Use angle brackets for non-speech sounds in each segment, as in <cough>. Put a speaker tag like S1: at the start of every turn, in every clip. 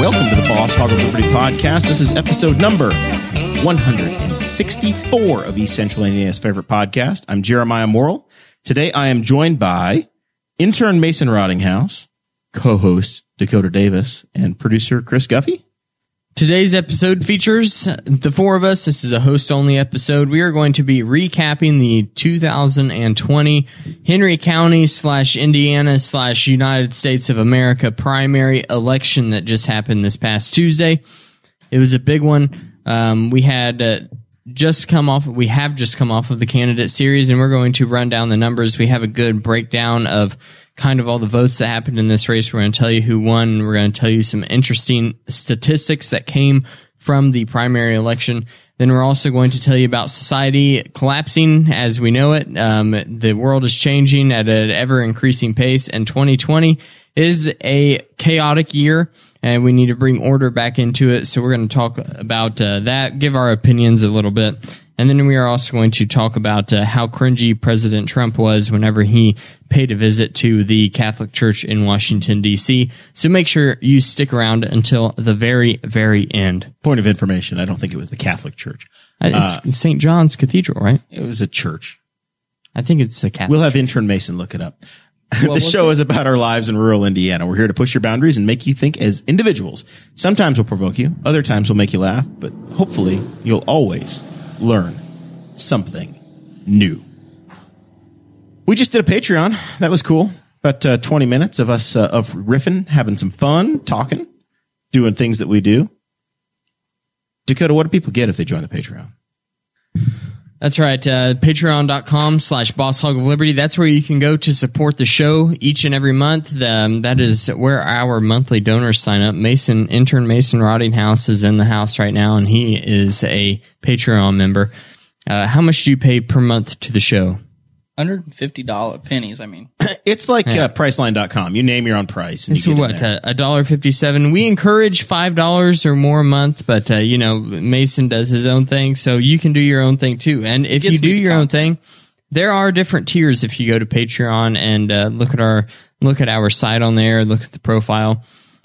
S1: Welcome to the Boss Hog of Liberty podcast. This is episode number 164 of East Central Indiana's favorite podcast. I'm Jeremiah Morrill. Today I am joined by intern Mason Roddinghouse, co-host Dakota Davis, and producer Chris Guffey.
S2: Today's episode features the four of us. This is a host only episode. We are going to be recapping the 2020 Henry County slash Indiana slash United States of America primary election that just happened this past Tuesday. It was a big one. Um, we had uh, just come off, we have just come off of the candidate series, and we're going to run down the numbers. We have a good breakdown of kind of all the votes that happened in this race. We're going to tell you who won. We're going to tell you some interesting statistics that came from the primary election. Then we're also going to tell you about society collapsing as we know it. Um, the world is changing at an ever increasing pace, and 2020 is a chaotic year, and we need to bring order back into it. So we're going to talk about uh, that, give our opinions a little bit, and then we are also going to talk about uh, how cringy President Trump was whenever he paid a visit to the Catholic Church in Washington, D.C. So make sure you stick around until the very, very end.
S1: Point of information, I don't think it was the Catholic Church.
S2: Uh, It's St. John's Cathedral, right?
S1: It was a church.
S2: I think it's a Catholic.
S1: We'll have intern Mason look it up. <laughs>
S2: Well,
S1: this
S2: what's
S1: show is about our lives in rural Indiana. We're here to push your boundaries and make you think as individuals. Sometimes we'll provoke you, other times we'll make you laugh, but hopefully you'll always learn something new. We just did a Patreon. That was cool. About uh, 20 minutes of us uh, of riffing, having some fun, talking, doing things that we do. Dakota, what do people get if they join the Patreon?
S2: That's right. Uh, Patreon.com slash Boss Hog of Liberty. That's where you can go to support the show each and every month. Um, that is where our monthly donors sign up. Mason, intern Mason Roddinghouse is in the house right now, and he is a Patreon member. Uh, how much do you pay per month to the show?
S3: hundred and fifty dollar pennies. I mean,
S1: It's like uh, Priceline.com. You name your own price. And
S2: It's
S1: you get in
S2: what uh,
S1: there.
S2: a dollar fifty-seven. We encourage five dollars or more a month, but uh, you know Mason does his own thing, so you can do your own thing too. And if you
S3: Gets
S2: do
S3: me the
S2: your own thing, there are different tiers. If you go to Patreon and uh, look at our look at our site on there, look at the profile.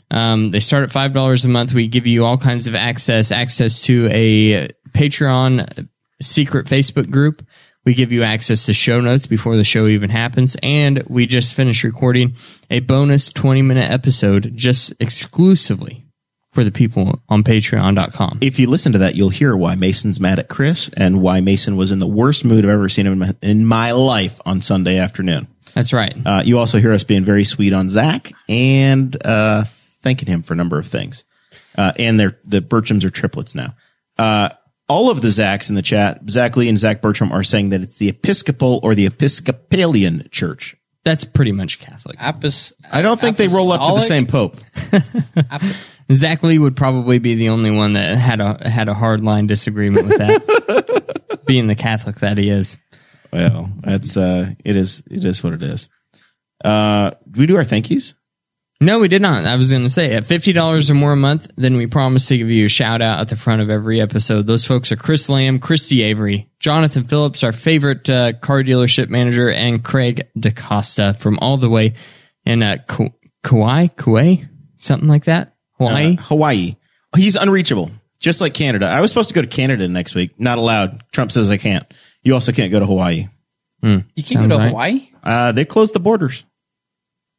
S2: Um, they start at five dollars a month. We give you all kinds of access, access to a Patreon secret Facebook group. We give you access to show notes before the show even happens, and we just finished recording a bonus twenty minute episode just exclusively for the people on Patreon.com.
S1: if you listen to that, you'll hear why Mason's mad at Chris and why Mason was in the worst mood I've ever seen him in my, in my life on Sunday afternoon.
S2: That's right.
S1: Uh, you also hear us being very sweet on Zach and uh, thanking him for a number of things. Uh, and they're, the Bertrams are triplets now. Uh, all of the Zachs in the chat, Zach Lee and Zach Bertram, are saying that it's the Episcopal or the Episcopalian Church.
S2: That's pretty much Catholic.
S3: apos.
S1: I don't think they roll up to the same Pope.
S2: Zach Lee would probably be the only one that had a had a hard line disagreement with that, being the Catholic that he is.
S1: Well, that's uh, it is it is what it is. Uh, do we do our thank yous?
S2: No, we did not. I was going to say at fifty dollars or more a month, then we promise to give you a shout out at the front of every episode. Those folks are Chris Lamb, Christy Avery, Jonathan Phillips, our favorite uh, car dealership manager, and Craig DaCosta from all the way in uh, Ku- Kauai, Kauai, something like that, Hawaii.
S1: Uh,
S3: Uh,
S1: Hawaii. He's unreachable, just like Canada. I was supposed to go to Canada next week. Not allowed. Trump says I can't. You also can't go to Hawaii.
S3: You can
S2: Sounds
S3: go to
S2: right.
S3: Hawaii.
S1: Uh, they closed the borders.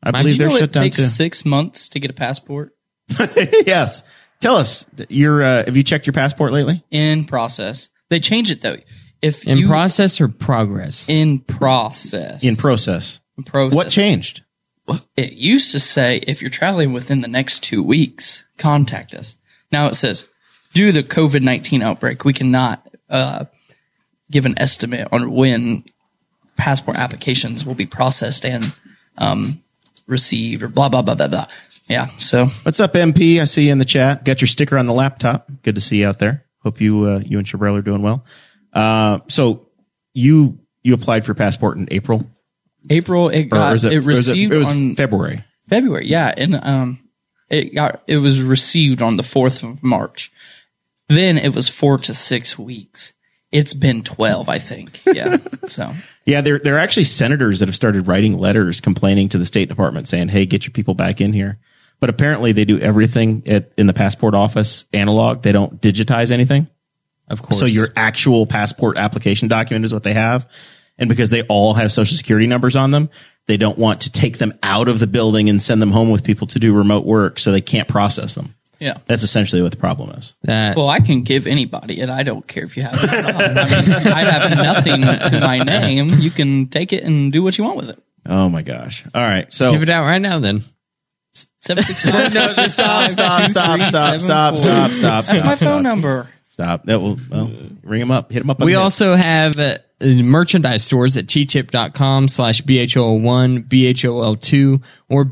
S1: I
S3: Did
S1: believe
S3: you
S1: they're
S3: know
S1: shut
S3: it
S1: down
S3: takes
S1: too.
S3: six months to get a passport
S1: <laughs> yes. Tell us, your uh, have you checked your passport lately?
S3: in process? They change it though. If
S2: in
S3: you,
S2: process or progress?
S3: in process
S1: In process.
S3: In process.
S1: What changed?
S3: it used to say if you're traveling within the next two weeks, contact us. Now it says due to the COVID nineteen outbreak, we cannot uh, give an estimate on when passport applications will be processed and um, received or blah, blah, blah, blah, blah. Yeah. So
S1: What's up, MP? I see you in the chat. Got your sticker on the laptop. Good to see you out there. Hope you uh, you and Chabrell are doing well. Uh, so you you applied for passport in April,
S3: April, it
S1: or
S3: got,
S1: is
S3: Uh, it,
S1: it, or is
S3: received
S1: it, it was
S3: on
S1: February.
S3: February. Yeah, and um, it got it was received on the fourth of March. Then it was four to six weeks. It's been twelve, I think. <laughs> Yeah. so
S1: Yeah, there there are actually senators that have started writing letters complaining to the State Department saying, "Hey, get your people back in here." But apparently, they do everything at, in the passport office analog. They don't digitize anything.
S2: Of course.
S1: So your actual passport application document is what they have. And because they all have social security numbers on them, they don't want to take them out of the building and send them home with people to do remote work. So they can't process them.
S3: yeah.
S1: That's essentially what the problem is.
S2: that
S3: Well, I can give anybody it. I don't care if you have it. or not. I mean, I have nothing to my name. You can take it and do what you want with it.
S1: Oh my gosh. All right. So
S2: give it out right now then.
S3: Seven six nine.
S1: No, stop, stop, stop, stop, stop, stop, <laughs> stop,
S3: That's
S1: stop,
S3: my phone
S1: stop,
S3: number.
S1: Stop. That will, well, ring them up, hit them up. on
S2: We
S1: the-
S2: also have uh, merchandise stores at ttip.com slash BHOL1, BHOL2, or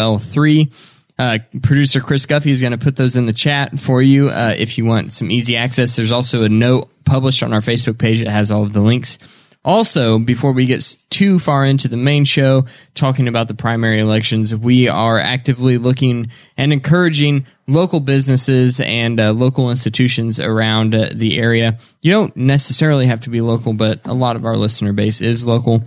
S2: BHOL3. Uh, producer Chris Guffey is going to put those in the chat for you uh, if you want some easy access. There's also a note published on our Facebook page that has all of the links. Also, before we get s- too far into the main show, talking about the primary elections, we are actively looking and encouraging local businesses and uh, local institutions around uh, the area. You don't necessarily have to be local, but a lot of our listener base is local.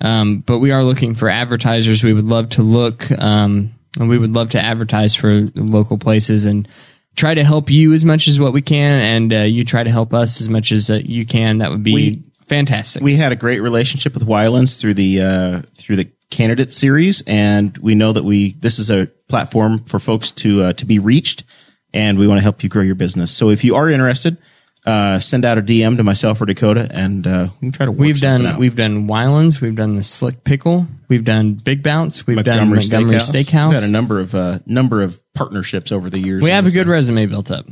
S2: Um, but we are looking for advertisers. We would love to look, um, and we would love to advertise for local places and try to help you as much as what we can, and uh, you try to help us as much as uh, you can. That would be
S1: We-
S2: fantastic.
S1: we had a great relationship with Wylands through the uh, through the candidate series, and we know that we this is a platform for folks to uh, to be reached, and we want to help you grow your business. So if you are interested, uh, send out a DM to myself or Dakota, and uh, we can try to. Work
S2: We've
S1: something
S2: done
S1: out.
S2: we've done Wylands, we've done the Slick Pickle, we've done Big Bounce, we've done Montgomery Steakhouse.
S1: We've had a number of uh, number of partnerships over the years.
S2: we have a
S1: And
S2: good resume built up.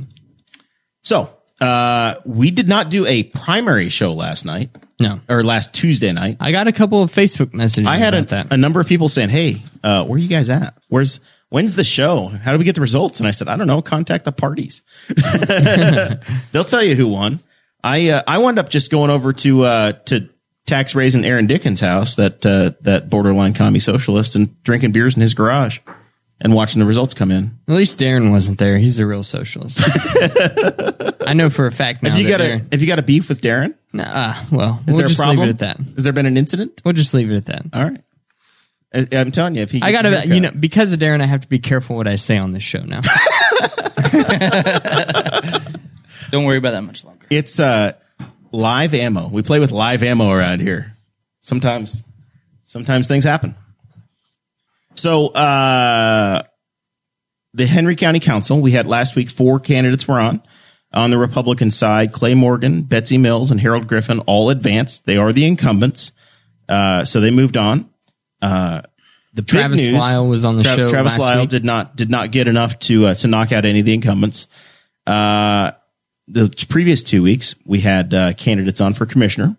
S1: So uh, we did not do a primary show last night
S2: No,
S1: or last Tuesday night.
S2: I got a couple of Facebook messages.
S1: I had
S2: about
S1: a,
S2: that.
S1: a number of people saying, "Hey, uh, where are you guys at? Where's when's the show? How do we get the results?" And I said, "I don't know. Contact the parties. <laughs> They'll tell you who won." I uh, I wound up just going over to uh, to tax raising Aaron Dickens' house, that uh, that borderline commie socialist, and drinking beers in his garage, and watching the results come in.
S2: At least Darren wasn't there. He's a
S1: <laughs>
S2: real socialist. I know for a fact now.
S1: Have you
S2: that
S1: got a
S2: Darren-
S1: Have you got a beef with Darren?
S2: Nah, uh, well,
S1: Is
S2: we'll
S1: there a
S2: just
S1: problem?
S2: leave it at that.
S1: Has there been an incident?
S2: We'll just leave it at that.
S1: All right. I, I'm telling you, if he
S2: I
S1: gets a
S2: gotta, you know,
S1: haircut-
S2: because of Darren, I have to be careful what I say on this show now.
S3: Don't worry about that much longer.
S1: It's uh live ammo. We play with live ammo around here. Sometimes sometimes things happen. So uh the Henry County Council, we had last week four candidates were on. On the Republican side, Clay Morgan, Betsy Mills, and Harold Griffin all advanced. They are the incumbents. Uh, so they moved on. Uh, the big
S2: Travis
S1: news-
S2: Lyle was on the
S1: Tra-
S2: show
S1: Travis
S2: last
S1: Lyle
S2: week.
S1: did not did not get enough to uh, to knock out any of the incumbents. Uh, the previous two weeks, we had uh, candidates on for commissioner.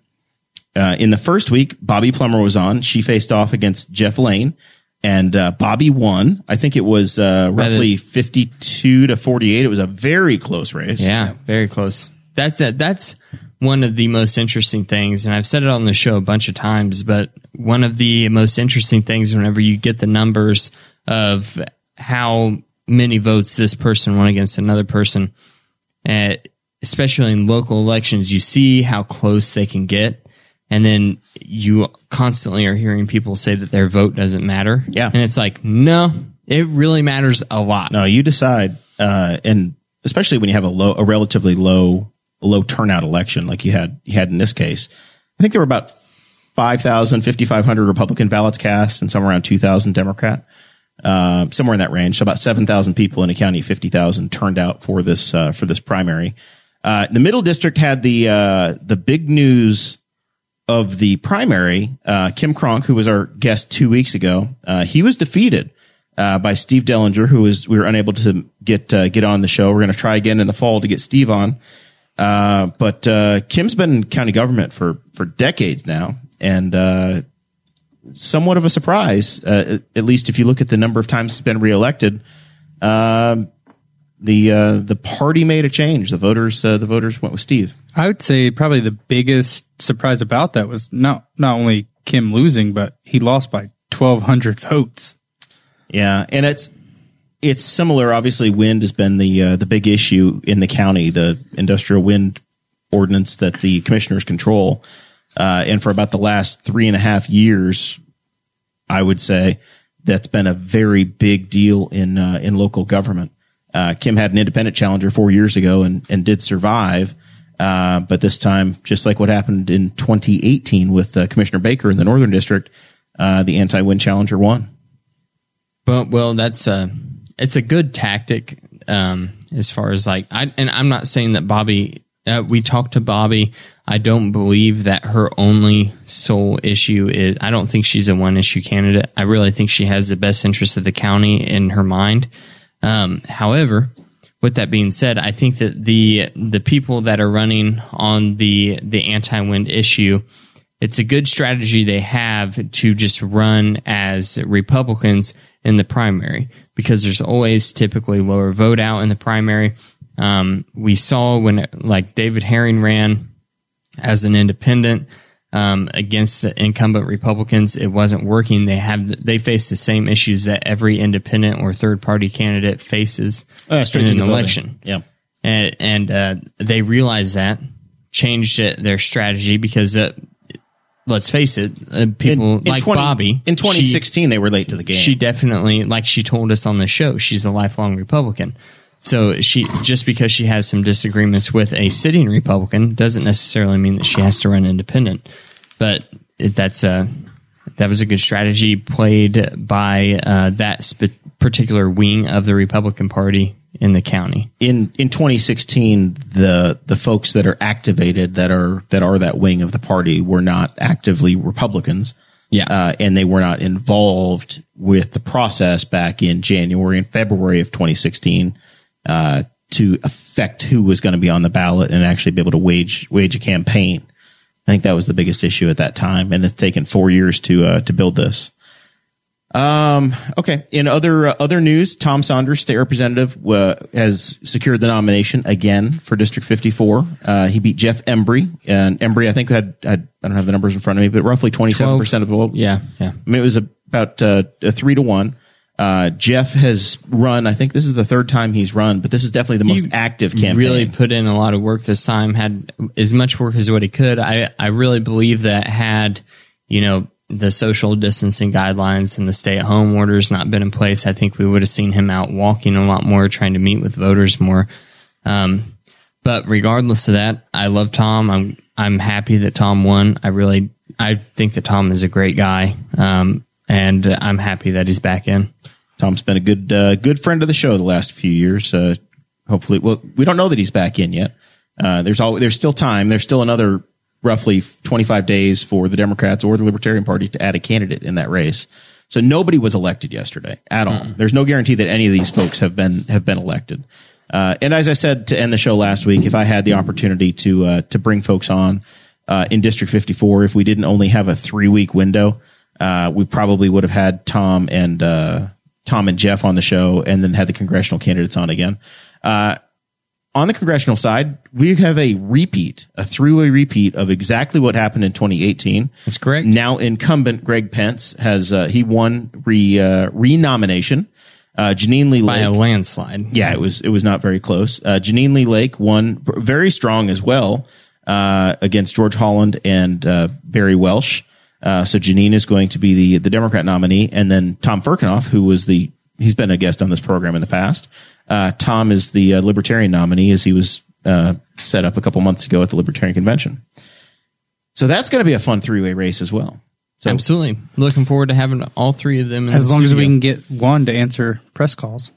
S1: Uh, in the first week, Bobby Plummer was on. She faced off against Jeff Lane, and uh, Bobby won. I think it was uh, roughly fifty-two to forty-eight. It was a very close race.
S2: yeah, very close. That's that. That's one of the most interesting things, and I've said it on the show a bunch of times. But one of the most interesting things, whenever you get the numbers of how many votes this person won against another person, uh, especially in local elections, you see how close they can get. And then you constantly are hearing people say that their vote doesn't matter.
S1: Yeah.
S2: And it's like, no, it really matters a lot.
S1: No, you decide, uh, and especially when you have a low, a relatively low, low turnout election like you had you had in this case. I think there were about 5,000, 5,500 Republican ballots cast, and somewhere around two thousand Democrat, uh, somewhere in that range. So about seven thousand people in a county of fifty thousand turned out for this uh, for this primary. Uh, the middle district had the uh, the big news of the primary, uh, Kim Kronk, who was our guest two weeks ago, uh, he was defeated uh, by Steve Dellinger, who was we were unable to get uh, get on the show. We're going to try again in the fall to get Steve on. Uh, but uh, Kim's been in county government for for decades now, and uh, somewhat of a surprise, uh, at least if you look at the number of times he's been reelected. Um, the uh, the party made a change. The voters uh, the voters went with Steve.
S4: I would say probably the biggest surprise about that was not not only Kim losing, but he lost by twelve hundred votes.
S1: Yeah, and it's it's similar. Obviously, wind has been the uh, the big issue in the county. The industrial wind ordinance that the commissioners control, uh, and for about the last three and a half years, I would say that's been a very big deal in uh, in local government. Uh, Kim had an independent challenger four years ago and and did survive. Uh, but this time, just like what happened in 2018 with uh, Commissioner Baker in the Northern District, uh, the anti-wind challenger won.
S2: But well, that's a it's a good tactic um, as far as like I and I'm not saying that Bobby. Uh, we talked to Bobby. I don't believe that her only sole issue is. I don't think she's a one issue candidate. I really think she has the best interest of the county in her mind. Um, however, with that being said, I think that the the people that are running on the the anti wind issue it's a good strategy they have to just run as Republicans in the primary because there's always typically lower vote out in the primary. Um, we saw when like David Herring ran as an independent um, against the incumbent Republicans, it wasn't working. They have they face the same issues that every independent or third party candidate faces
S1: Uh, straight
S2: in
S1: to
S2: an
S1: the voting.
S2: election
S1: Yeah.
S2: and and uh, they realized that changed it, their strategy because uh, let's face it, uh, people like
S1: 20
S2: Bobby
S1: in
S2: she-
S1: 2016 they were late to the game.
S2: she definitely like she told us on the show she's a lifelong republican so she just because she has some disagreements with a sitting republican doesn't necessarily mean that she has to run independent but it, that's a that was a good strategy played by uh, that sp- particular wing of the republican party in the county
S1: in in 2016 the the folks that are activated that are that are that wing of the party were not actively Republicans.
S2: Yeah.
S1: Uh, and they were not involved with the process back in January and February of 2016 uh, to affect who was going to be on the ballot and actually be able to wage wage a campaign. I think that was the biggest issue at that time, and it's taken four years to uh, to build this. Um, Okay. In other uh, other news, Tom Saunders, state representative, uh, has secured the nomination again for District 54. Uh, he beat Jeff Embry, and Embry, I think had, had I don't have the numbers in front of me, but roughly 27 percent of the vote.
S2: yeah yeah
S1: I mean, it was about uh, a three to one. Uh, Jeff has run. I think this is the third time he's run, but this is definitely the most active campaign.
S2: really put in a lot of work this time. Had as much work as what he could. I I really believe that had you know the social distancing guidelines and the stay at home orders not been in place, I think we would have seen him out walking a lot more, trying to meet with voters more. Um, but regardless of that, I love Tom. I'm I'm happy that Tom won. I really I think that Tom is a great guy. Um, and I'm happy that he's back in.
S1: Tom's been a good uh, good friend of the show the last few years. Uh, hopefully, well, we don't know that he's back in yet. Uh, there's all there's still time. There's still another roughly 25 days for the Democrats or the Libertarian Party to add a candidate in that race. So nobody was elected yesterday at all. There's no guarantee that any of these folks have been have been elected. Uh, and as I said to end the show last week, if I had the opportunity to uh, to bring folks on uh, in District 54, if we didn't only have a three week window, uh, we probably would have had Tom and uh, Tom and Jeff on the show, and then had the congressional candidates on again. Uh, on the congressional side, we have a repeat, a three way repeat of exactly what happened in 2018.
S2: That's correct.
S1: Now incumbent Greg Pence has uh, he won re uh, renomination. Uh, Janine Lee
S2: By
S1: Lake,
S2: a landslide.
S1: yeah, it was it was not very close. Uh, Janine Lee Lake won b- very strong as well uh, against George Holland and uh, Barry Welsh. Uh, so Janine is going to be the the Democrat nominee, and then Tom Furkinoff, who was the he's been a guest on this program in the past. Uh, Tom is the uh, Libertarian nominee, as he was uh, set up a couple months ago at the Libertarian Convention. So that's going to be a fun three way race as well. So
S2: Absolutely. Looking forward to having all three of them. In
S4: As
S2: the
S4: long as we
S2: studio.
S4: can get one to answer press calls,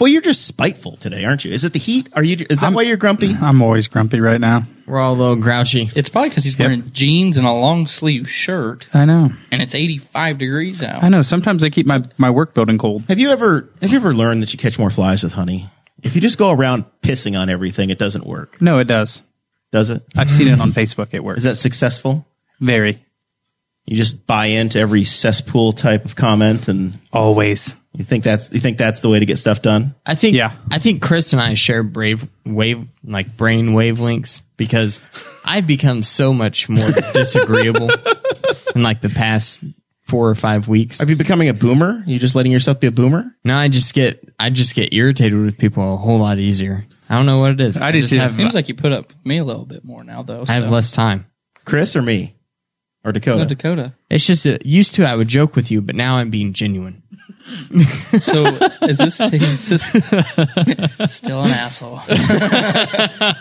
S1: Well, you're just spiteful today, aren't you? Is it the heat? Are you? Is that why you're grumpy?
S4: I'm always grumpy right now.
S2: We're all a little grouchy.
S3: It's probably because he's wearing jeans and a long sleeve shirt,
S4: I know.
S3: and it's 85 degrees out.
S4: I know. Sometimes I keep my my work building cold.
S1: Have you ever have you ever learned that you catch more flies with honey? If you just go around pissing on everything, it doesn't work,
S4: No, it does.
S1: does it?
S4: I've seen it on Facebook. It works.
S1: Is that successful?
S4: Very.
S1: You just buy into every cesspool type of comment, and
S4: Always.
S1: you think that's you think that's the way to get stuff done.
S2: I think
S4: Yeah.
S2: I think Chris and I share brave wave like brain wavelengths because I've become so much more
S4: <laughs>
S2: disagreeable in like the past four or five weeks.
S1: Are you becoming a boomer? you just letting yourself be a boomer?
S2: Now I just get I just get irritated with people a whole lot easier. I don't know what it is.
S4: I do
S2: just
S4: too.
S2: have
S3: Seems like you put up with me a little bit more now, though.
S2: I have
S3: so.
S2: less time.
S1: Chris or me? Or
S3: No,
S1: Dakota?
S3: Dakota.
S2: It's just that used to I would joke with you, but now I'm being genuine.
S3: So
S2: <laughs>
S3: is this, is this <laughs> still an asshole?
S4: Oh,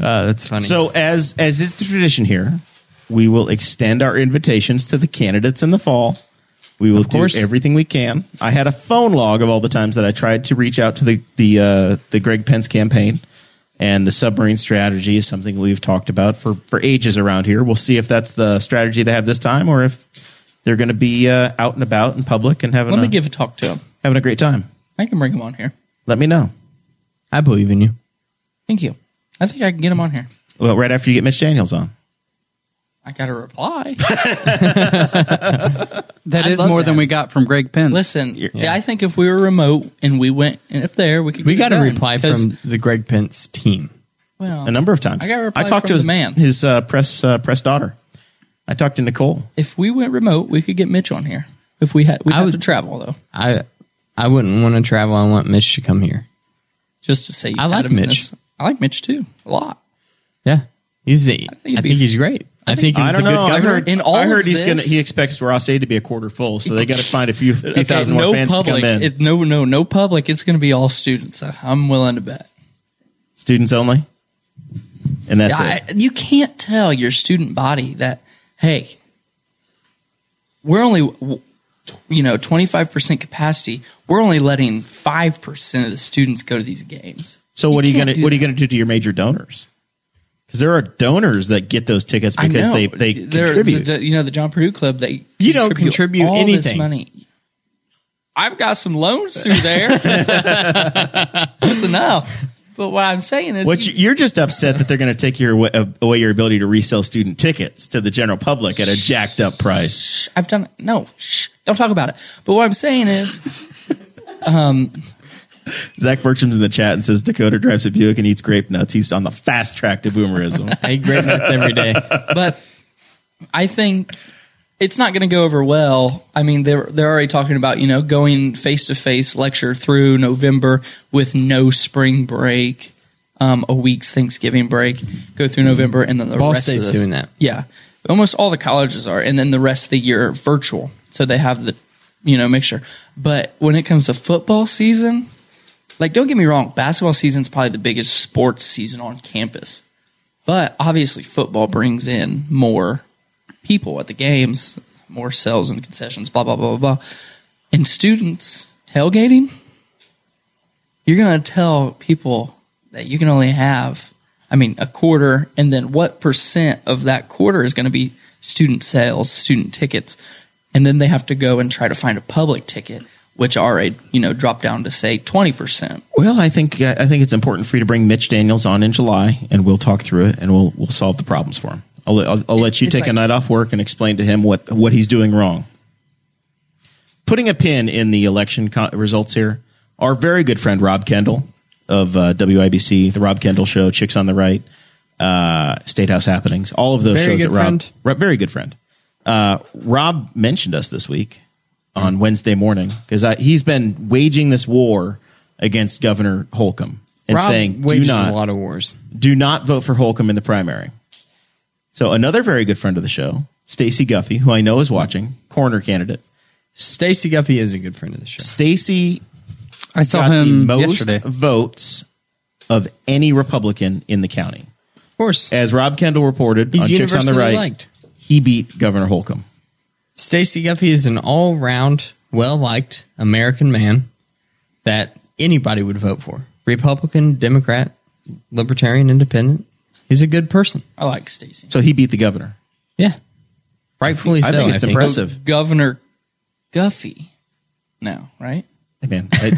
S2: Uh, that's funny.
S1: So as as is the tradition here, we will extend our invitations to the candidates in the fall. We will do
S2: course.
S1: everything we can. I had a phone log of all the times that I tried to reach out to the the uh, the Greg Pence campaign, and the submarine strategy is something we've talked about for for ages around here. We'll see if that's the strategy they have this time, or if they're going to be uh, out and about in public and having
S3: Let
S1: a,
S3: me give a talk to him.
S1: having a great time.
S3: I can bring him on here.
S1: Let me know.
S2: I believe in you.
S3: Thank you. I think I can get him on here.
S1: Well, right after you get Mitch Daniels on.
S3: I got a
S2: <laughs>
S3: reply.
S4: That
S3: I
S4: is
S3: love
S4: more
S3: that.
S4: than we got from Greg Pence.
S3: Listen, yeah, I think if we were remote and we went in up there, we could.
S2: We
S3: get
S2: got
S3: it
S2: a
S3: done,
S2: reply
S3: 'cause,
S2: from the Greg Pence team.
S3: well,
S1: a number of times.
S3: I got a reply
S1: talked
S3: from
S1: to
S3: the
S1: his
S3: man.
S1: his uh, press uh, press daughter. I talked to Nicole.
S3: If we went remote, we could get Mitch on here. If we had, we have
S2: would-
S3: to travel though,
S2: I I wouldn't want to travel. I want Mitch to come here.
S3: just to say. you
S2: I
S3: had
S2: like
S3: him in
S2: Mitch.
S3: this. I like Mitch too a lot.
S2: Yeah, he's a, I
S3: he'd
S2: think,
S3: be-
S2: he's great. I think,
S1: I
S2: he's
S1: don't
S2: a
S1: know.
S2: good
S1: I
S2: governor.
S1: heard,
S3: In all
S1: I heard
S3: of
S1: he's gonna
S3: this-
S1: he expects Ross A to be a quarter full, so they
S3: <laughs>
S1: got to find a few few thousand
S3: no
S1: more fans
S3: public.
S1: to come in.
S3: It, no, no, no public. It's going to be all students. I- I'm willing to bet.
S1: Students only, and that's
S3: I,
S1: it.
S3: you can't tell your student body that hey, we're only w- you know 25% capacity. We're only letting 5% of the students go to these games.
S1: So what are you
S3: can't
S1: gonna
S3: do
S1: what are you gonna do to your major donors? Because there are donors that get those tickets because
S3: I know.
S1: they they
S3: They're-
S1: contribute.
S3: The, you know, the John Purdue Club. They
S2: You don't contribute
S3: all this
S2: anything.
S3: money. I've got some loans through there. <laughs> That's enough. But what I'm saying is,
S1: what you- you're just upset that they're going to take your wa- away your ability to resell student tickets to the general public at a jacked up price.
S3: shh, I've done no. Shh, don't talk about it. But what I'm saying is,
S1: Zach Bertram's in the chat and says Dakota drives a Buick and eats grape nuts. He's on the fast track to boomerism.
S2: <laughs> I eat grape nuts every <laughs> day.
S3: but I think it's not going to go over well. I mean, they're they're already talking about you know going face to face lecture through November with no spring break, um, a week's Thanksgiving break, go through November, and then the
S2: Ball
S3: rest
S2: State's
S3: of this-
S2: doing that.
S3: Yeah, almost all the colleges are, and then the rest of the year are virtual. So they have the you know mixture. But when it comes to football season, like don't get me wrong, basketball season is probably the biggest sports season on campus. But obviously, football brings in more people at the games, more sales and concessions, blah blah blah blah blah. And students tailgating, you're going to tell people that you can only have, I mean, a quarter, and then what percent of that quarter is going to be student sales, student tickets, and then they have to go and try to find a public ticket, which are a you know drop down to say twenty percent.
S1: <laughs> Well, I think uh, I think it's important for you to bring Mitch Daniels on in July, and we'll talk through it, and we'll we'll solve the problems for him. I'll, I'll, I'll let you
S3: It's
S1: take a
S3: like-
S1: night off work and explain to him what what he's doing wrong. Putting a pin in the election co- results here. Our very good friend Rob Kendall of uh, WIBC, the Rob Kendall Show, Chicks on the Right, uh, Statehouse Happenings, all of those
S2: Very
S1: shows
S2: good
S1: that Rob,
S2: friend.
S1: Ro- very good friend. Uh, Rob mentioned us this week on Wednesday morning because he's been waging this war against Governor Holcomb and
S2: Rob
S1: saying, "Do
S2: wages a
S1: not,
S2: lot of wars.
S1: do not vote for Holcomb in the primary." So another very good friend of the show, Stacy Guffey, who I know is watching, corner candidate.
S2: Stacy Guffey is a good friend of the show.
S1: Stacy
S4: I saw
S1: got the
S4: him
S1: most
S4: yesterday.
S1: votes of any Republican in the county.
S2: Of course,
S1: As Rob Kendall reported
S2: He's
S1: on Chicks on the
S2: universally
S1: Right,
S2: liked.
S1: he beat Governor Holcomb.
S2: Stacy Guffey is an all-round, well-liked American man that anybody would vote for. Republican, Democrat, Libertarian, Independent. He's a good person.
S3: I like Stacy.
S1: So he beat the governor.
S2: Yeah, rightfully so.
S1: I think it's impressive.
S3: Governor Guffey. No, right?
S1: Hey, man, I,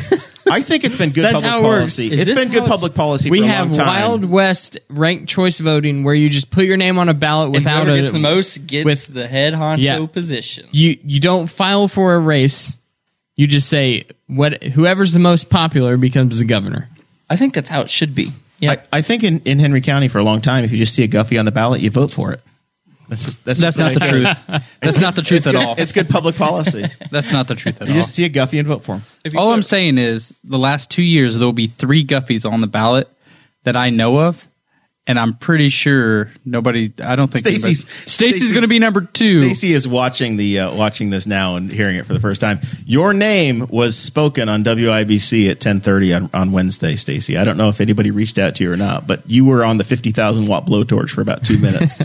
S1: I think it's been good
S2: That's
S1: public
S2: how it works.
S1: policy.
S2: Is
S1: it's
S2: this
S1: been
S2: how
S1: good
S2: it's-
S1: public policy
S2: We
S1: for a
S2: have
S1: long time.
S2: Wild West ranked choice voting where you just put your name on a ballot
S3: And
S2: without
S3: whoever
S2: a
S3: gets the most gets
S2: with-
S3: the head honcho
S2: Yeah.
S3: position.
S2: you you don't file for a race. You just say what whoever's the most popular becomes the governor.
S3: I think that's how it should be. Yeah,
S1: I, I think in, in Henry County for a long time, if you just see a Guffey on the ballot, you vote for it. That's just that's,
S4: That's
S1: just what
S4: not the
S1: I
S4: truth.
S1: think.
S4: That's not the truth
S1: It's
S4: at
S1: good- <laughs>
S4: all. Oh.
S1: It's good public policy.
S4: That's not the truth at
S1: You
S4: all.
S1: just see a Guffey and vote for him.
S3: If you
S4: All
S3: put-
S4: I'm saying is the last two years there will be three Guffies on the ballot that I know of, and I'm pretty sure nobody. I don't think anybody-
S1: Stacy's
S4: Stacy's going to be number two.
S1: Stacy is watching the uh, watching this now and hearing it for the first time. Your name was spoken on WIBC at 10:30 on, on Wednesday, Stacy. I don't know if anybody reached out to you or not, but you were on the 50,000 watt blowtorch for about
S2: <laughs>
S1: 2 minutes.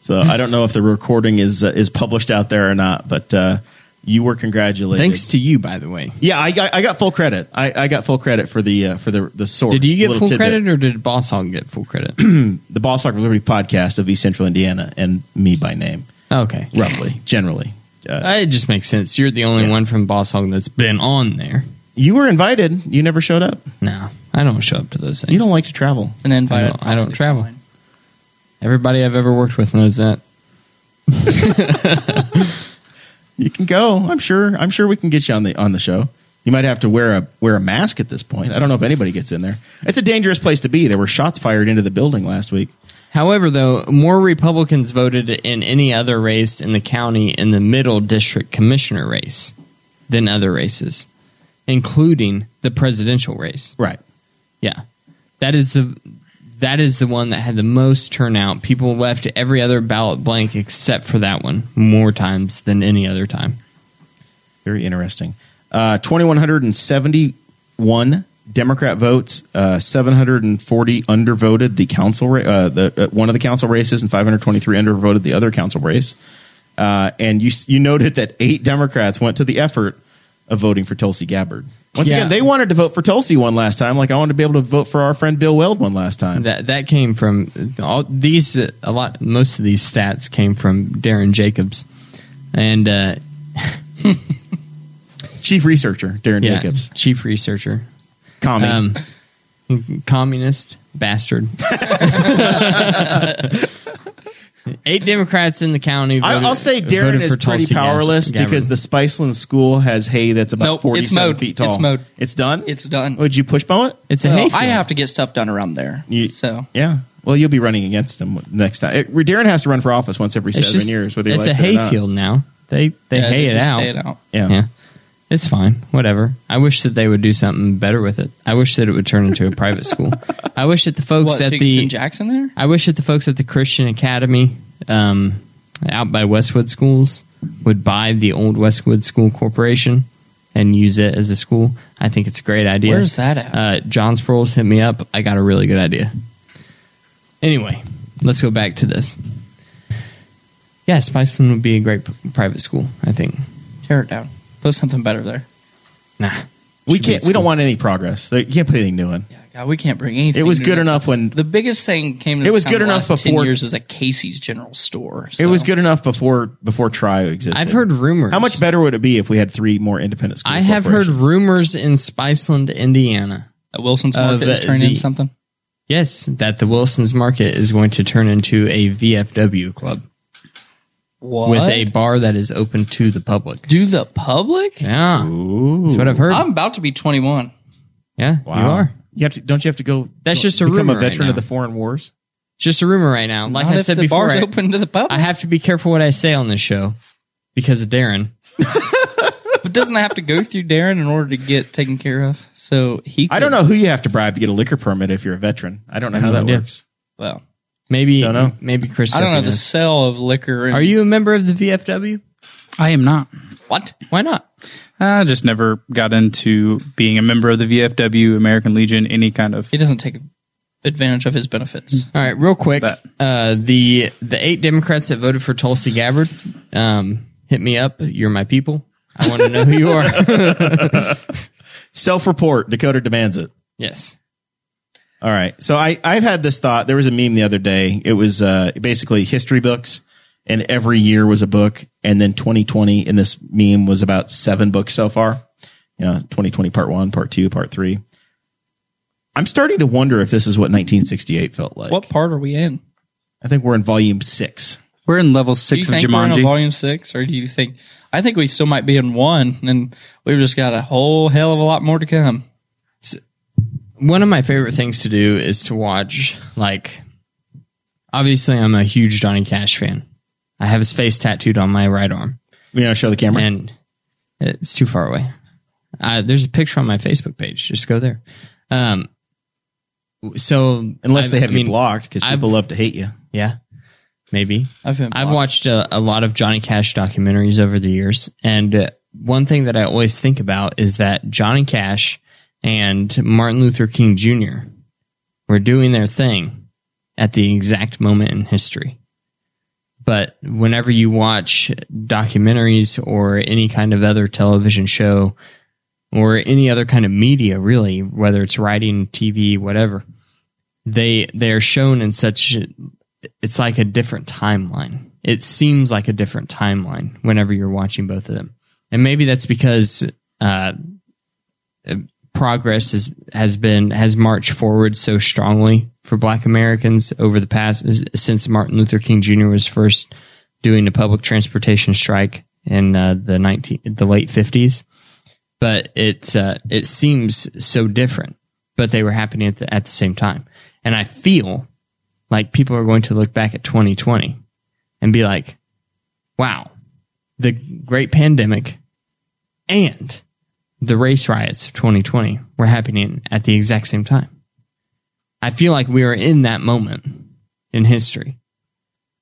S1: so I don't know if the recording is uh, is published out there or not, but uh, you were congratulated.
S2: Thanks to you, by the way.
S1: Yeah, I got, I got full credit. I, I got full credit for the uh, for the the source.
S2: Did you
S1: the
S2: get
S1: little
S2: full
S1: tidbit.
S2: credit or did Boss Hog get full credit? <clears throat>
S1: The Boss Talk of Liberty podcast of East Central Indiana and me by name,
S2: okay.
S1: roughly, generally. Uh,
S2: Uh, It just makes sense. You're the only
S1: Yeah.
S2: one from Boss Hog that's been on there.
S1: You were invited. You never showed up.
S2: No, I don't show up to those things.
S1: You don't like to travel.
S3: an
S2: I
S3: invite.
S2: don't, I don't travel. Everybody I've ever worked with knows that.
S1: You can go. I'm sure. I'm sure we can get you on the on the show. You might have to wear a wear a mask at this point. I don't know if anybody gets in there. It's a dangerous place to be. There were shots fired into the building last week.
S2: However, though, more Republicans voted in any other race in the county in the middle district commissioner race than other races, including the presidential race.
S1: Right.
S2: Yeah. That is the that is the one that had the most turnout. People left every other ballot blank except for that one more times than any other time.
S1: Very interesting. Uh, 2,171 Democrat votes. Uh, 740 undervoted the council. Ra- uh, the uh, one of the council races, and 523 undervoted the other council race. Uh, and you s- you noted that eight Democrats went to the effort of voting for Tulsi Gabbard. Once
S2: Yeah.
S1: again, they wanted to vote for Tulsi one last time. Like I wanted to be able to vote for our friend Bill Weld one last time.
S2: That that came from all these uh, a lot. Most of these stats came from Darren Jacobs, and uh,
S1: Chief researcher Darren
S2: yeah,
S1: Jacobs,
S2: chief researcher,
S1: commie.
S2: um, communist bastard. <laughs> Eight Democrats in the county.
S1: I,
S2: voted-
S1: I'll say Darren
S2: voted
S1: is
S2: for
S1: pretty
S2: Tulsi Gabbard.
S1: powerless because the Spiceland school has hay that's about
S3: Nope, it's
S1: 47
S3: mowed.
S1: feet tall.
S3: It's mowed.
S1: It's done?
S3: It's done.
S1: Would you push mow it?
S2: it's a
S3: Well,
S2: hayfield.
S3: I have to get stuff done around there.
S1: You-
S3: so
S1: Yeah. Well, you'll be running against him next time. It, Darren has to run for office once every seven
S2: just-
S1: years, whether he
S2: it's a
S1: likes it or not.
S2: hayfield now. They they
S3: Yeah,
S2: hay
S3: they
S2: it
S3: just
S2: out.
S3: hay it out.
S1: Yeah.
S2: yeah, it's fine. Whatever. I wish that they would do something better with it. I wish that it would turn into a private school. I wish that the folks
S3: what? So
S2: at
S3: you can
S2: the
S3: send Jackson there?
S2: I wish that the folks at the Christian Academy um, out by Westwood Schools would buy the old Westwood School Corporation and use it as a school. I think it's a great idea.
S3: Where's that at?
S2: Uh, John Sproles hit me up. I got a really good idea. Anyway, let's go back to this. Yeah, Spiceland would be a great p- private school, I think.
S3: Tear it down. Put something better there.
S2: Nah.
S1: We
S2: Should be
S1: can't.
S2: a
S1: We don't
S2: school.
S1: want any progress. There- You can't put anything new in.
S3: Yeah, God, we can't bring anything.
S1: It was
S3: new.
S1: good enough when
S3: The biggest thing came. To
S1: It was
S3: town
S1: good
S3: the
S1: enough
S3: last
S1: before-
S3: ten years is a Casey's General Store.
S1: it
S3: so-
S1: was good enough before before Trio existed.
S2: I've heard rumors.
S1: How much better would it be if we had three more independent schools?
S2: I have heard rumors in Spiceland, Indiana,
S3: That Wilson's
S2: of,
S3: Market is
S2: uh,
S3: turning
S2: the-
S3: into something.
S2: Yes, that the Wilson's Market is going to turn into a VFW club
S3: What?
S2: with a bar that is open to the public.
S3: do the public?
S2: Yeah, that's what I've heard.
S3: I'm about to be 21.
S2: yeah, you are.
S1: You have to, don't you have to go?
S2: That's just a
S1: become
S2: rumor
S1: a veteran
S2: right
S1: of the
S2: now.
S1: foreign wars.
S2: Just a rumor right now. Like
S3: Not
S2: I
S3: if
S2: said
S3: the
S2: before,
S3: bar's
S2: I,
S3: open to <laughs> the public.
S2: I have to be careful what I say on this show because of Darren.
S3: but doesn't that have to go through Darren in order to get taken care of? So he. Could,
S1: I don't know who you have to bribe to get a liquor permit if you're a veteran. I don't know how
S2: no
S1: that
S2: idea.
S1: works.
S3: Well,
S2: Maybe,
S1: Don't know.
S2: maybe Chris.
S3: I don't know
S2: Griffin
S3: the
S2: is.
S3: sale of liquor. And,
S2: Are you a member of the VFW?
S4: I am not.
S3: what?
S2: Why not?
S4: I just never got into being a member of the VFW, American Legion, any kind of.
S3: He doesn't take advantage of his benefits.
S2: All right, real quick.
S4: Bet.
S2: Uh, the the eight Democrats that voted for Tulsi Gabbard um, hit me up. You're my people. I want to know who you
S3: <laughs>
S2: are.
S1: Self-report. Dakota demands it.
S2: Yes.
S1: All right. So I, I've had this thought. There was a meme the other day. It was uh, basically history books, and every year was a book. And then 2020 in this meme was about seven books so far. you know, 2020 part one, part two, part three. I'm starting to wonder if this is what 1968 felt like.
S3: What part are we in?
S1: I think we're in volume six.
S4: We're in level
S3: Do you
S4: six of
S3: think we're in a
S4: Jumanji.
S3: volume six, or do you think? I think we still might be in one, and we've just got a whole hell of a lot more to come.
S2: one of my favorite things to do is to watch like obviously I'm a huge Johnny Cash fan. I have his face tattooed on my right arm
S1: You know, show the camera.
S2: and it's too far away. Uh, there's a picture on my Facebook page. Just go there. Um, so
S1: Unless
S2: I've-
S1: they have
S2: I
S1: you
S2: mean,
S1: blocked because
S2: I've-
S1: people love to hate you.
S2: yeah, maybe.
S3: I've been.
S2: I've watched a, a lot of Johnny Cash documentaries over the years, and uh, one thing that I always think about is that Johnny Cash and Martin Luther King Jr. were doing their thing at the exact moment in history. But whenever you watch documentaries or any kind of other television show or any other kind of media, really, whether it's writing, TV, whatever, they they are shown in such it's like a different timeline. It seems like a different timeline whenever you're watching both of them, and maybe that's because uh, uh, progress has has been has marched forward so strongly for Black Americans over the past s- since Martin Luther King Jr. was first doing a public transportation strike in uh, the nineteen the late fifties. But it uh, it seems so different, but they were happening at the, at the same time, and I feel like people are going to look back at 2020 and be like, wow, the great pandemic and the race riots of 2020 were happening at the exact same time. I feel like we are in that moment in history.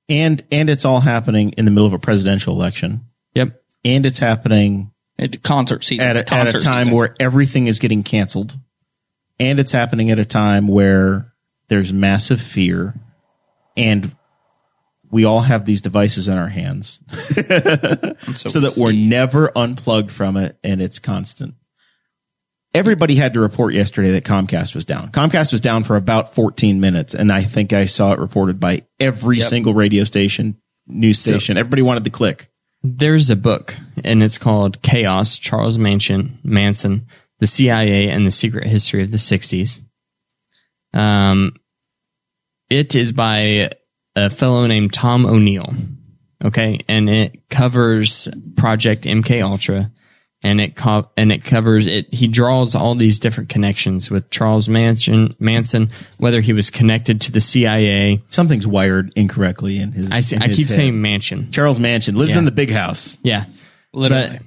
S1: And and it's all happening in the middle of a presidential election.
S2: Yep.
S1: And it's happening
S3: It- concert season
S1: at a, at
S3: concert
S1: a time
S3: season.
S1: where everything is getting canceled, and it's happening at a time where there's massive fear, and we all have these devices in our hands, <laughs> so, that we're never unplugged from it, and it's constant. Everybody had to report yesterday that Comcast was down. Comcast was down for about 14 minutes, and I think I saw it reported by every single radio station, news station. Everybody wanted the click.
S2: There's a book and it's called Chaos, Charles Manson, Manson, the CIA and the Secret History of the 60s. Um, it is by a fellow named Tom O'Neill. Okay, and it covers Project MK Ultra, and it co- and it covers it. He draws all these different connections with Charles Manson, Manson, whether he was connected to the CIA.
S1: Something's wired incorrectly in his.
S2: I, see-
S1: in
S2: I
S1: his
S2: keep
S1: head.
S2: saying Mansion.
S1: Charles Mansion lives in the big house.
S2: Yeah,
S3: literally.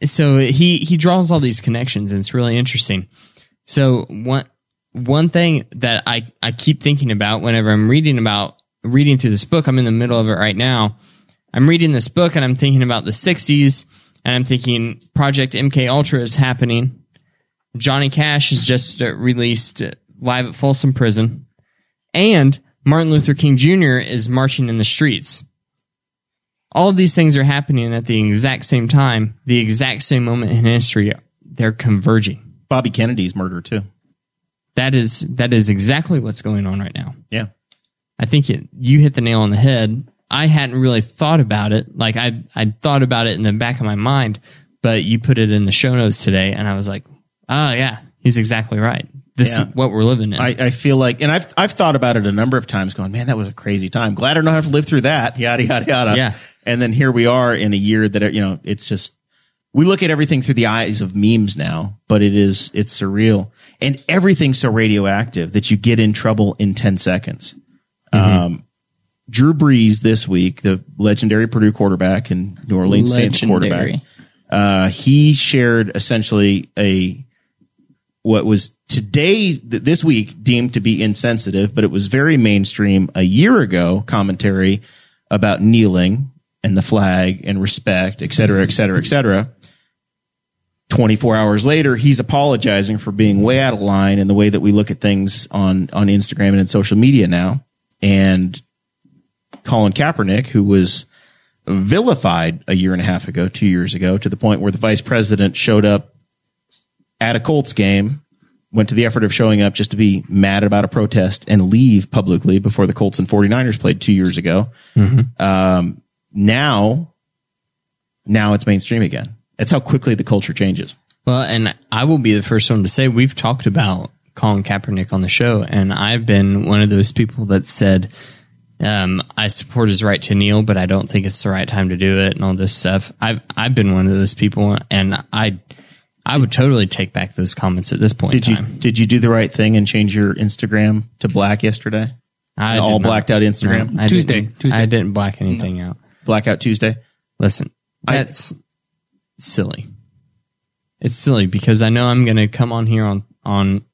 S2: But, so he he draws all these connections, and it's really interesting. So one one thing that I I keep thinking about whenever I'm reading about reading through this book, I'm in the middle of it right now. I'm reading this book and I'm thinking about the '60s, and I'm thinking Project MK Ultra is happening. Johnny Cash is just uh, released uh, live at Folsom Prison, and Martin Luther King Jr. is marching in the streets all of these things are happening at the exact same time, the exact same moment in history. They're converging.
S1: Bobby Kennedy's murder too.
S2: That is that is exactly what's going on right now.
S1: Yeah,
S2: I think it, you hit the nail on the head. I hadn't really thought about it. Like I I thought about it in the back of my mind, but you put it in the show notes today, and I was like, oh yeah, he's exactly right. This
S1: Yeah.
S2: is what we're living in.
S1: I, I feel like, and I've I've thought about it a number of times, going, man, that was a crazy time. Glad I don't have to live through that. <laughs> Yada yada yada.
S2: Yeah.
S1: And then here we are in a year that you know it's just we look at everything through the eyes of memes now, but it is it's surreal, and everything's so radioactive that you get in trouble in ten seconds.
S2: Mm-hmm.
S1: Um, Drew Brees this week, the legendary Purdue quarterback and New Orleans Saints
S3: Legendary.
S1: quarterback, uh, he shared essentially a what was today th- this week deemed to be insensitive, but it was very mainstream a year ago commentary about kneeling and the flag and respect, et cetera, et cetera, et cetera. 24 hours later, he's apologizing for being way out of line in the way that we look at things on, on Instagram and in social media now. And Colin Kaepernick, who was vilified a year and a half ago, two years ago, to the point where the vice president showed up at a Colts game, went to the effort of showing up just to be mad about a protest and leave publicly before the Colts and 49ers played two years ago.
S2: Mm-hmm.
S1: Um, now, now it's mainstream again. That's how quickly the culture changes.
S2: Well, and I will be the first one to say we've talked about Colin Kaepernick on the show, and I've been one of those people that said, um, I support his right to kneel, but I don't think it's the right time to do it, and all this stuff. I've I've been one of those people, and I I would totally take back those comments at this point.
S1: Did
S2: in
S1: you
S2: time.
S1: did you do the right thing and change your Instagram to black yesterday?
S2: I
S1: An
S2: did
S1: all
S2: not.
S1: blacked out Instagram,
S2: I
S4: Tuesday,
S2: didn't-
S4: Tuesday.
S2: I didn't black anything out.
S1: blackout Tuesday.
S2: Listen, that's silly. It's silly because I know I'm going to come on here on on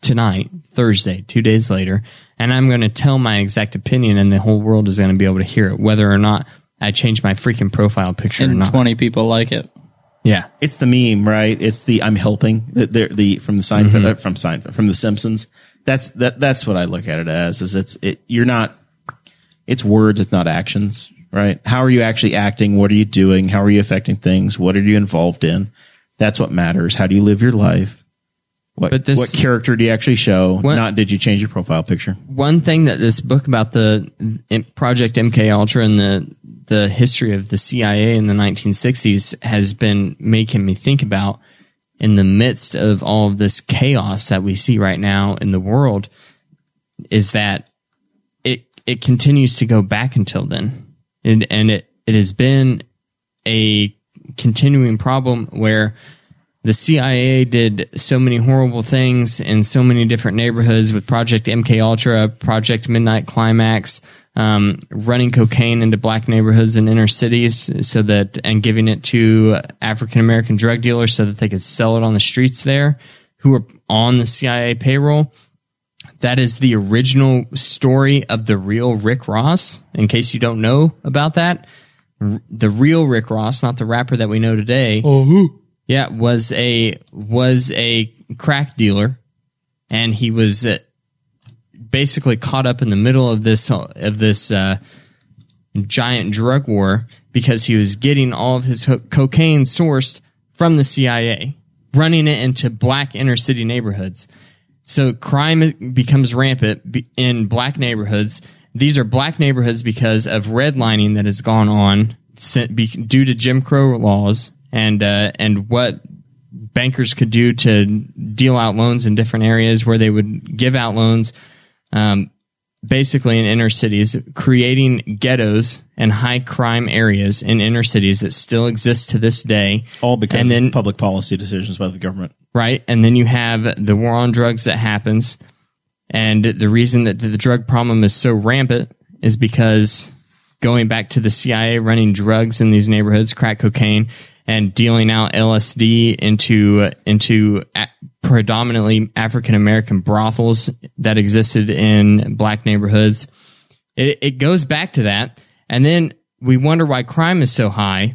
S2: tonight, Thursday, two days later, and I'm going to tell my exact opinion, and the whole world is going to be able to hear it, whether or not I change my freaking profile picture or
S3: and
S2: not.
S3: twenty people like it.
S2: yeah,
S1: It's the meme, right? It's the I'm helping the, the, the from the Seinfeld
S2: Mm-hmm.
S1: uh, from Seinfeld from the Simpsons. That's that that's what I look at it as. Is it's it you're not. It's words. It's not actions, right? How are you actually acting? What are you doing? How are you affecting things? What are you involved in? That's what matters. How do you live your life? What
S2: But this-
S1: what character do you actually show?
S2: What-
S1: not did you change your profile picture?
S2: one thing that this book about the M- Project MK Ultra and the the history of the CIA in the 1960s has been making me think about in the midst of all of this chaos that we see right now in the world is that it it continues to go back until then and and it it has been a continuing problem where the CIA did so many horrible things in so many different neighborhoods with Project MK Ultra, Project Midnight Climax, um, running cocaine into black neighborhoods and inner cities, so that and giving it to African American drug dealers so that they could sell it on the streets there, who were on the CIA payroll. That is the original story of the real Rick Ross. In case you don't know about that, R- the real Rick Ross, not the rapper that we know today. Yeah, was a was a crack dealer, and he was uh, basically caught up in the middle of this of this uh, giant drug war because he was getting all of his ho- cocaine sourced from the CIA, running it into black inner city neighborhoods. So crime becomes rampant be- in black neighborhoods. These are black neighborhoods because of redlining that has gone on sin- be- due to Jim Crow laws and uh, and what bankers could do to deal out loans in different areas where they would give out loans, um, basically in inner cities, creating ghettos and high crime areas in inner cities that still exist to this day.
S1: All because
S2: And then-
S1: of public policy decisions by the government.
S2: right? And then you have the war on drugs that happens. And the reason that the drug problem is so rampant is because going back to the CIA running drugs in these neighborhoods, crack cocaine, and dealing out LSD into into a- predominantly African American brothels that existed in black neighborhoods. It, it goes back to that, and then we wonder why crime is so high.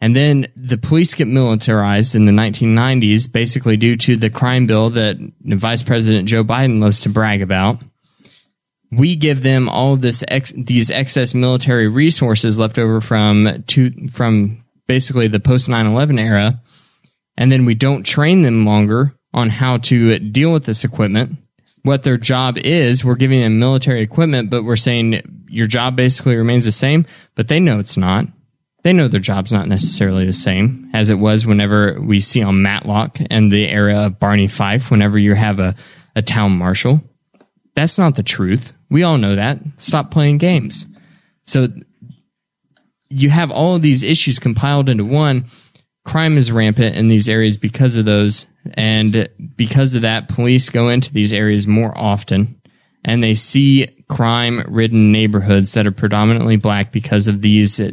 S2: And then the police get militarized in the 1990s, basically due to the crime bill that Vice President Joe Biden loves to brag about. We give them all of this ex- these excess military resources left over from to, from basically the post 9/11 era, and then we don't train them longer on how to deal with this equipment. What their job is, we're giving them military equipment, but we're saying your job basically remains the same, but they know it's not. They know their job's not necessarily the same as it was whenever we see on Matlock and the era of Barney Fife, whenever you have a, a town marshal. That's not the truth. We all know that. Stop playing games. So you have all of these issues compiled into one. Crime is rampant in these areas because of those. And because of that, police go into these areas more often and they see crime ridden neighborhoods that are predominantly black because of these uh,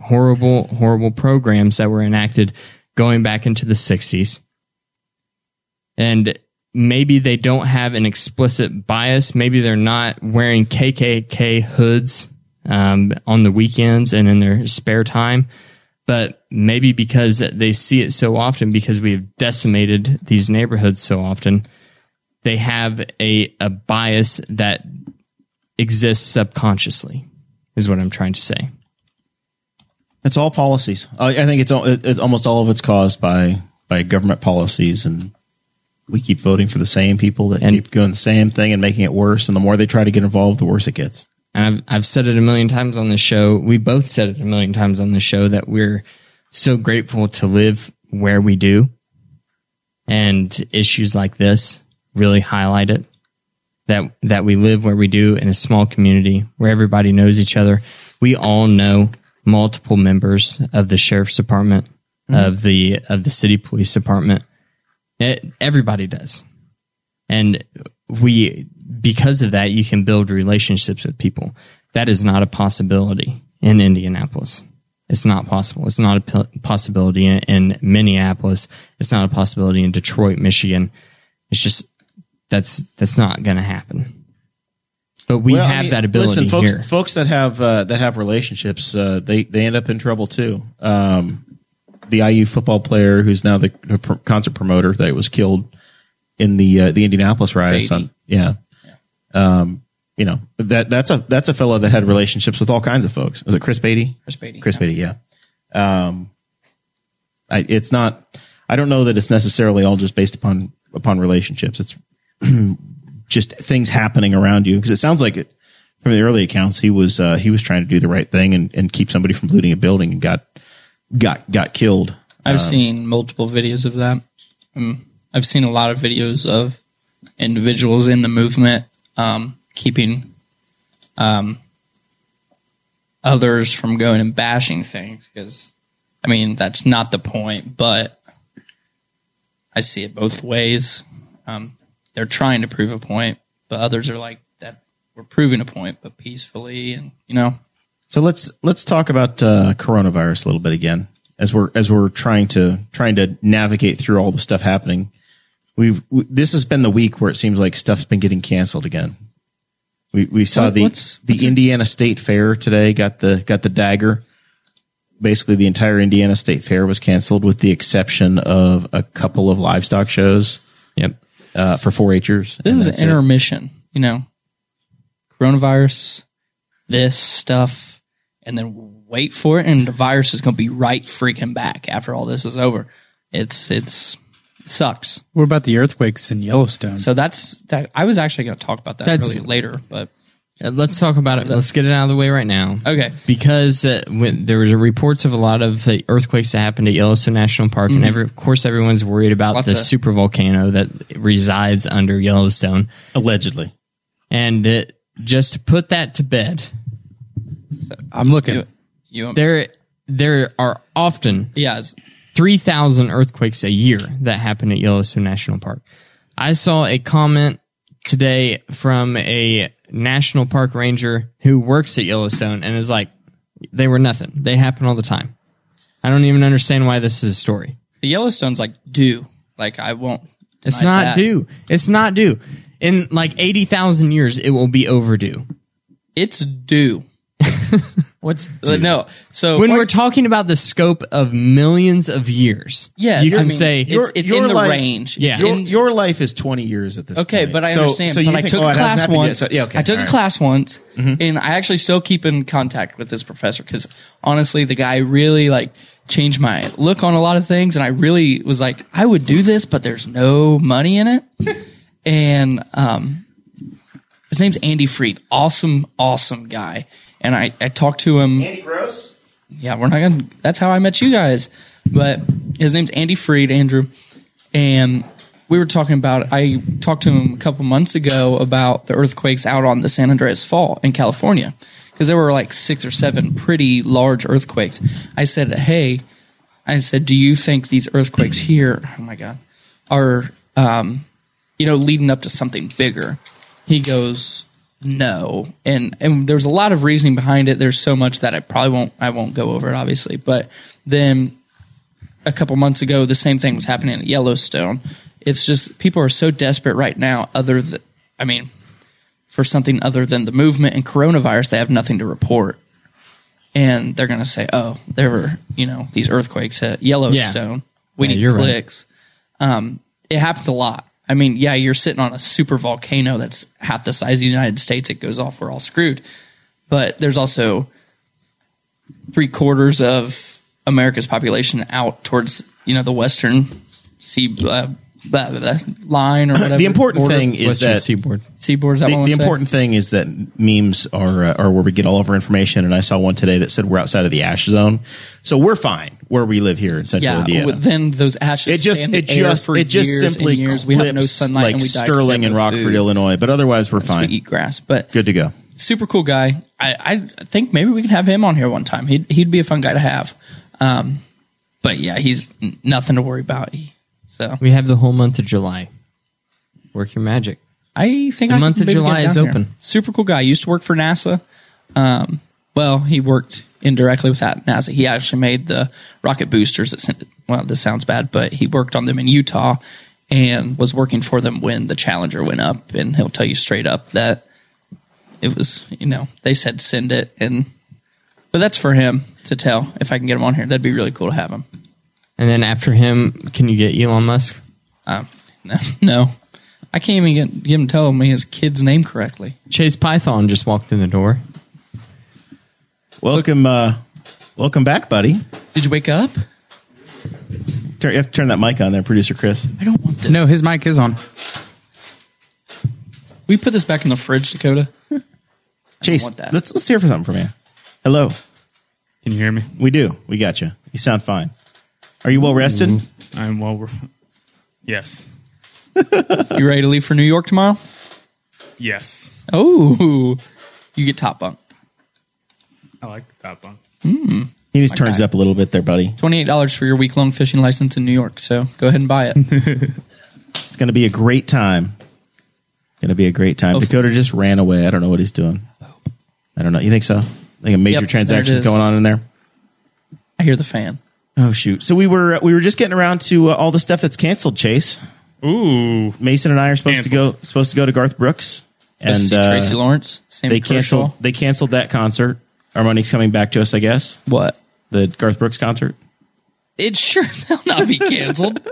S2: horrible, horrible programs that were enacted going back into the 60s. And maybe they don't have an explicit bias. Maybe they're not wearing KKK hoods um, on the weekends and in their spare time. But maybe because they see it so often, because we've decimated these neighborhoods so often, they have a, a bias that exists subconsciously, is what I'm trying to say.
S1: It's all policies. I, I think it's, all, it- it's almost all of it's caused by by government policies, and we keep voting for the same people that keep doing the same thing and making it worse. And the more they try to get involved, the worse it gets.
S2: and I've, I've said it a million times on this show. We both said it a million times on the show that we're so grateful to live where we do and issues like this really highlight it that that we live where we do in a small community where everybody knows each other. We all know multiple members of the sheriff's department, of the of the city police department. Eh, everybody does, and we because of that you can build relationships with people. That is not a possibility in Indianapolis. It's not possible. It's not a po- possibility in, in Minneapolis. It's not a possibility in Detroit, Michigan. It's just that's that's not going to happen. But we
S1: Well, I
S2: have
S1: mean,
S2: that ability
S1: Listen, folks,
S2: here.
S1: folks that have uh, that have relationships, uh, they they end up in trouble too. Um, the IU football player who's now the pro- concert promoter that was killed in the uh, the Indianapolis riots on yeah, um, you know that that's a that's a fellow that had relationships with all kinds of folks. Was it Chris Beatty?
S3: Chris Beatty,
S1: Chris Beatty. Yeah. Um, I, it's not. I don't know that it's necessarily all just based upon upon relationships. It's <clears throat> just things happening around you because it sounds like it from the early accounts he was uh, he was trying to do the right thing and, and keep somebody from looting a building and got got got killed
S3: I've seen multiple videos of that. Um, I've seen a lot of videos of individuals in the movement um, keeping um, others from going and bashing things because, I mean, that's not the point, but I see it both ways. Um, they're trying to prove a point, but others are like, that we're proving a point, but peacefully. And, you know,
S1: So let's let's talk about uh, coronavirus a little bit again as we're as we're trying to trying to navigate through all the stuff happening. We've we, this has been the week where it seems like stuff's been getting canceled again. We we saw
S3: What-
S1: the
S3: what's-
S1: the Indiana State Fair today got the got the dagger. Basically, the entire Indiana State Fair was canceled with the exception of a couple of livestock shows
S2: Yep.
S1: uh, for 4-Hers.
S3: this
S1: and
S3: is
S1: that's
S3: an
S1: it.
S3: intermission, you know, coronavirus, this stuff, and then wait for it, and the virus is going to be right freaking back after all this is over. It's it's it sucks.
S4: What about the earthquakes in Yellowstone?
S3: So that's that. I was actually going to talk about that
S2: That's-
S3: really later, but
S2: Uh, Let's talk about it. Let's get it out of the way right now.
S3: okay,
S2: because uh, when there was reports of a lot of uh, earthquakes that happened at Yellowstone National Park, and every, of course everyone's worried about
S3: Mm-hmm. Lots
S2: the
S3: of-
S2: super volcano that resides under Yellowstone.
S1: allegedly.
S2: And uh, just to put that to bed,
S4: I'm looking.
S3: you, you
S2: there there are often
S3: yeah, it's-
S2: three thousand earthquakes a year that happen at Yellowstone National Park. I saw a comment today from a national park ranger who works at Yellowstone and is like, "They were nothing. They happen all the time." I don't even understand why this is a story.
S3: the Yellowstone's like due. Like I won't.
S2: It's
S3: deny
S2: not
S3: that.
S2: due. It's not due. In like eighty thousand years, it will be overdue.
S3: It's
S2: <laughs>
S3: due.
S1: What's
S3: But no. So
S2: When we're talking about the scope of millions of years,
S3: Yes,
S2: you
S3: I
S2: can
S3: mean,
S2: say
S3: it's- it's in the range.
S2: Yeah.
S3: It's
S1: your,
S3: in-
S1: your life is 20 years at this
S3: Okay,
S1: point.
S3: but I
S1: So-
S3: understand.
S1: So you
S3: but I
S1: think,
S3: took
S1: "Oh, it
S3: a
S1: hasn't
S3: class
S1: happened yet."
S3: once.
S1: So- yeah, okay.
S3: I took
S1: all
S3: a
S1: right. Mm-hmm.
S3: class once, and I actually still keep in contact with this professor because honestly, the guy really like changed my look on a lot of things, and I really was like, I would do this, but there's no money
S1: <laughs>
S3: in it. and um, his name's Andy Freed, awesome, awesome guy. And I, I talked to him yeah, we're not gonna. That's how I met you guys. But his name's Andy Freed, Andrew, and we were talking about. I talked to him a couple months ago about the earthquakes out on the San Andreas Fault in California because there were like six or seven pretty large earthquakes. I said, "Hey," I said, "Do you think these earthquakes here? Oh my god, are um, you know leading up to something bigger?" He goes, no and and there's a lot of reasoning behind it there's so much that i probably won't i won't go over it obviously but then a couple months ago the same thing was happening at yellowstone it's just people are so desperate right now other than i mean for something other than the movement and coronavirus they have nothing to report and they're going to say oh there were you know these earthquakes at yellowstone we
S2: Yeah,
S3: need
S2: you're right.
S3: clicks um, it happens a lot. I mean, yeah, you're sitting on a super volcano that's half the size of the United States. It goes off, we're all screwed. But there's also three quarters of America's population out towards you know the western sea uh, blah, blah, blah, line or whatever.
S1: The important
S3: border.
S1: thing is
S2: Western
S1: that
S2: Seaboard.
S3: Seaboard, is that
S1: the, the
S3: what I wanna say?
S1: important thing is that memes are uh, are where we get all of our information. And I saw one today that said we're outside of the ash zone, so we're fine where we live here in Central
S3: Yeah,
S1: Indiana.
S3: but then those ashes.
S1: it just
S3: stay in the
S1: it
S3: air
S1: just
S3: for
S1: it just
S3: years and
S1: simply
S3: years.
S1: clips
S3: we have no sunlight
S1: like
S3: and we die 'cause we
S1: Sterling
S3: have
S1: and
S3: no
S1: Rockford,
S3: food.
S1: Illinois. But otherwise, we're
S3: So We
S1: fine.
S3: eat grass, but
S1: Good to go.
S3: super cool guy. I, I think maybe we can have him on here one time. He'd he'd be a fun guy to have. Um, but yeah, he's n- nothing to worry about. He- So
S2: We have the whole month of July. Work your magic.
S3: I think
S2: The
S3: I
S2: month
S3: can
S2: of
S3: maybe get
S2: July
S3: down
S2: is
S3: here.
S2: open.
S3: Super cool guy. Used to work for NASA. Um, well, he worked indirectly with that NASA. He actually made the rocket boosters that sent. Well, this sounds bad, but he worked on them in Utah and was working for them when the Challenger went up. And he'll tell you straight up that it was you know they said send it and. But that's for him to tell. If I can get him on here, that'd be really cool to have him.
S2: And then after him, can you get Elon Musk?
S3: No, Um, <laughs> no. I can't even get, get him to tell me his kid's name correctly.
S2: Chase Python just walked in the door.
S1: Welcome, uh, welcome back, buddy.
S3: Did you wake up?
S1: Turn, you have to turn that mic on there, producer Chris.
S3: I don't want this.
S4: No, his mic is on.
S3: We put this back in the fridge, Dakota.
S1: Chase,
S3: want that.
S1: let's let's hear for something from you. Hello,
S5: Can you hear me?
S1: we do. We got you. You sound fine. Are you well rested?
S5: I'm well. re- Yes.
S3: You ready to leave for New York tomorrow?
S5: Yes.
S3: Oh, you get top bunk.
S5: I like that one.
S1: He just turns
S3: guy.
S1: up a little bit there, buddy.
S3: $28 for your week long fishing license in New York. So go ahead and buy it.
S1: It's going to be a great time. Going to be a great time.
S3: Oh.
S1: Dakota just ran away. I don't know what he's doing. I don't know. You think so? Like a major
S3: Yep,
S1: transaction's
S3: there it is.
S1: going on in there.
S3: I hear the fan.
S1: Oh shoot! So we were we were just getting around to uh, all the stuff that's canceled. Chase
S5: Ooh.
S1: Mason and I are supposed to go supposed to go to Garth Brooks,
S3: And
S1: and
S3: see
S1: uh,
S3: Tracy Lawrence. Sammy
S1: they canceled
S3: Kershaw.
S1: they canceled that concert. Our money's coming back to us, I guess.
S3: What?
S1: The Garth Brooks concert.
S3: It sure <laughs> they'll not be canceled.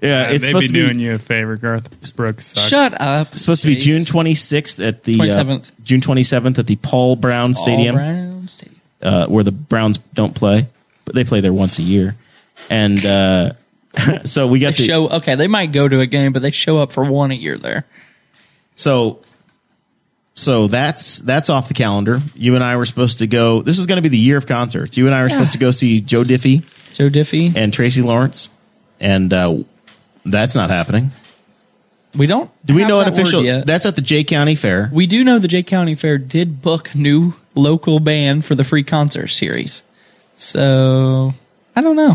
S1: Yeah,
S5: Uh,
S1: it's
S5: they'd be
S1: supposed to
S5: doing
S1: be
S5: you a favor, Garth Brooks. Sucks.
S3: Shut up.
S1: supposed to be
S3: Jace.
S1: June twenty sixth at the uh,
S3: 27th.
S1: June twenty seventh at the Paul Brown
S3: All
S1: Stadium.
S3: round stadium.
S1: uh, where the Browns don't play, but they play there once a year. And uh, <laughs> so we
S3: They
S1: got the
S3: show, okay, they might go to a game, but they show up for one a year there.
S1: so so that's that's off the calendar. You and I were supposed to go. This is going to be the year of concerts. You and I were supposed to go see Joe Diffie
S3: Joe Diffie.
S1: and Tracy Lawrence, and uh, that's not happening.
S3: we don't.
S1: Do we
S3: have
S1: know an
S3: that word
S1: official?
S3: Yet.
S1: That's at the Jay County Fair.
S3: We do know the Jay County Fair did book a new local band for the free concert series. So I don't know.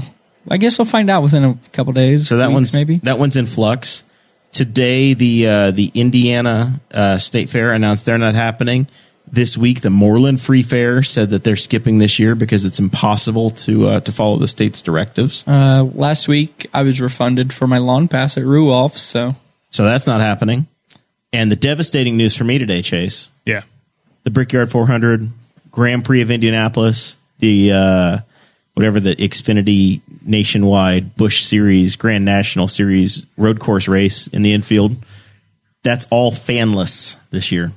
S3: I guess we'll find out within a couple days.
S1: So that
S3: weeks
S1: one's
S3: maybe.
S1: that one's in flux. Today, the uh, the Indiana uh, State Fair announced they're not happening this week. The Moreland Free Fair said that they're skipping this year because it's impossible to uh, to follow the state's directives.
S3: uh, last week I was refunded for my lawn pass at Rudolph. So
S1: So that's not happening. And the devastating news for me today, Chase,
S5: Yeah.
S1: the Brickyard 400 Grand Prix of Indianapolis, the uh, whatever the Xfinity Nationwide Bush Series Grand National Series road course race in the infield. That's all fanless this year,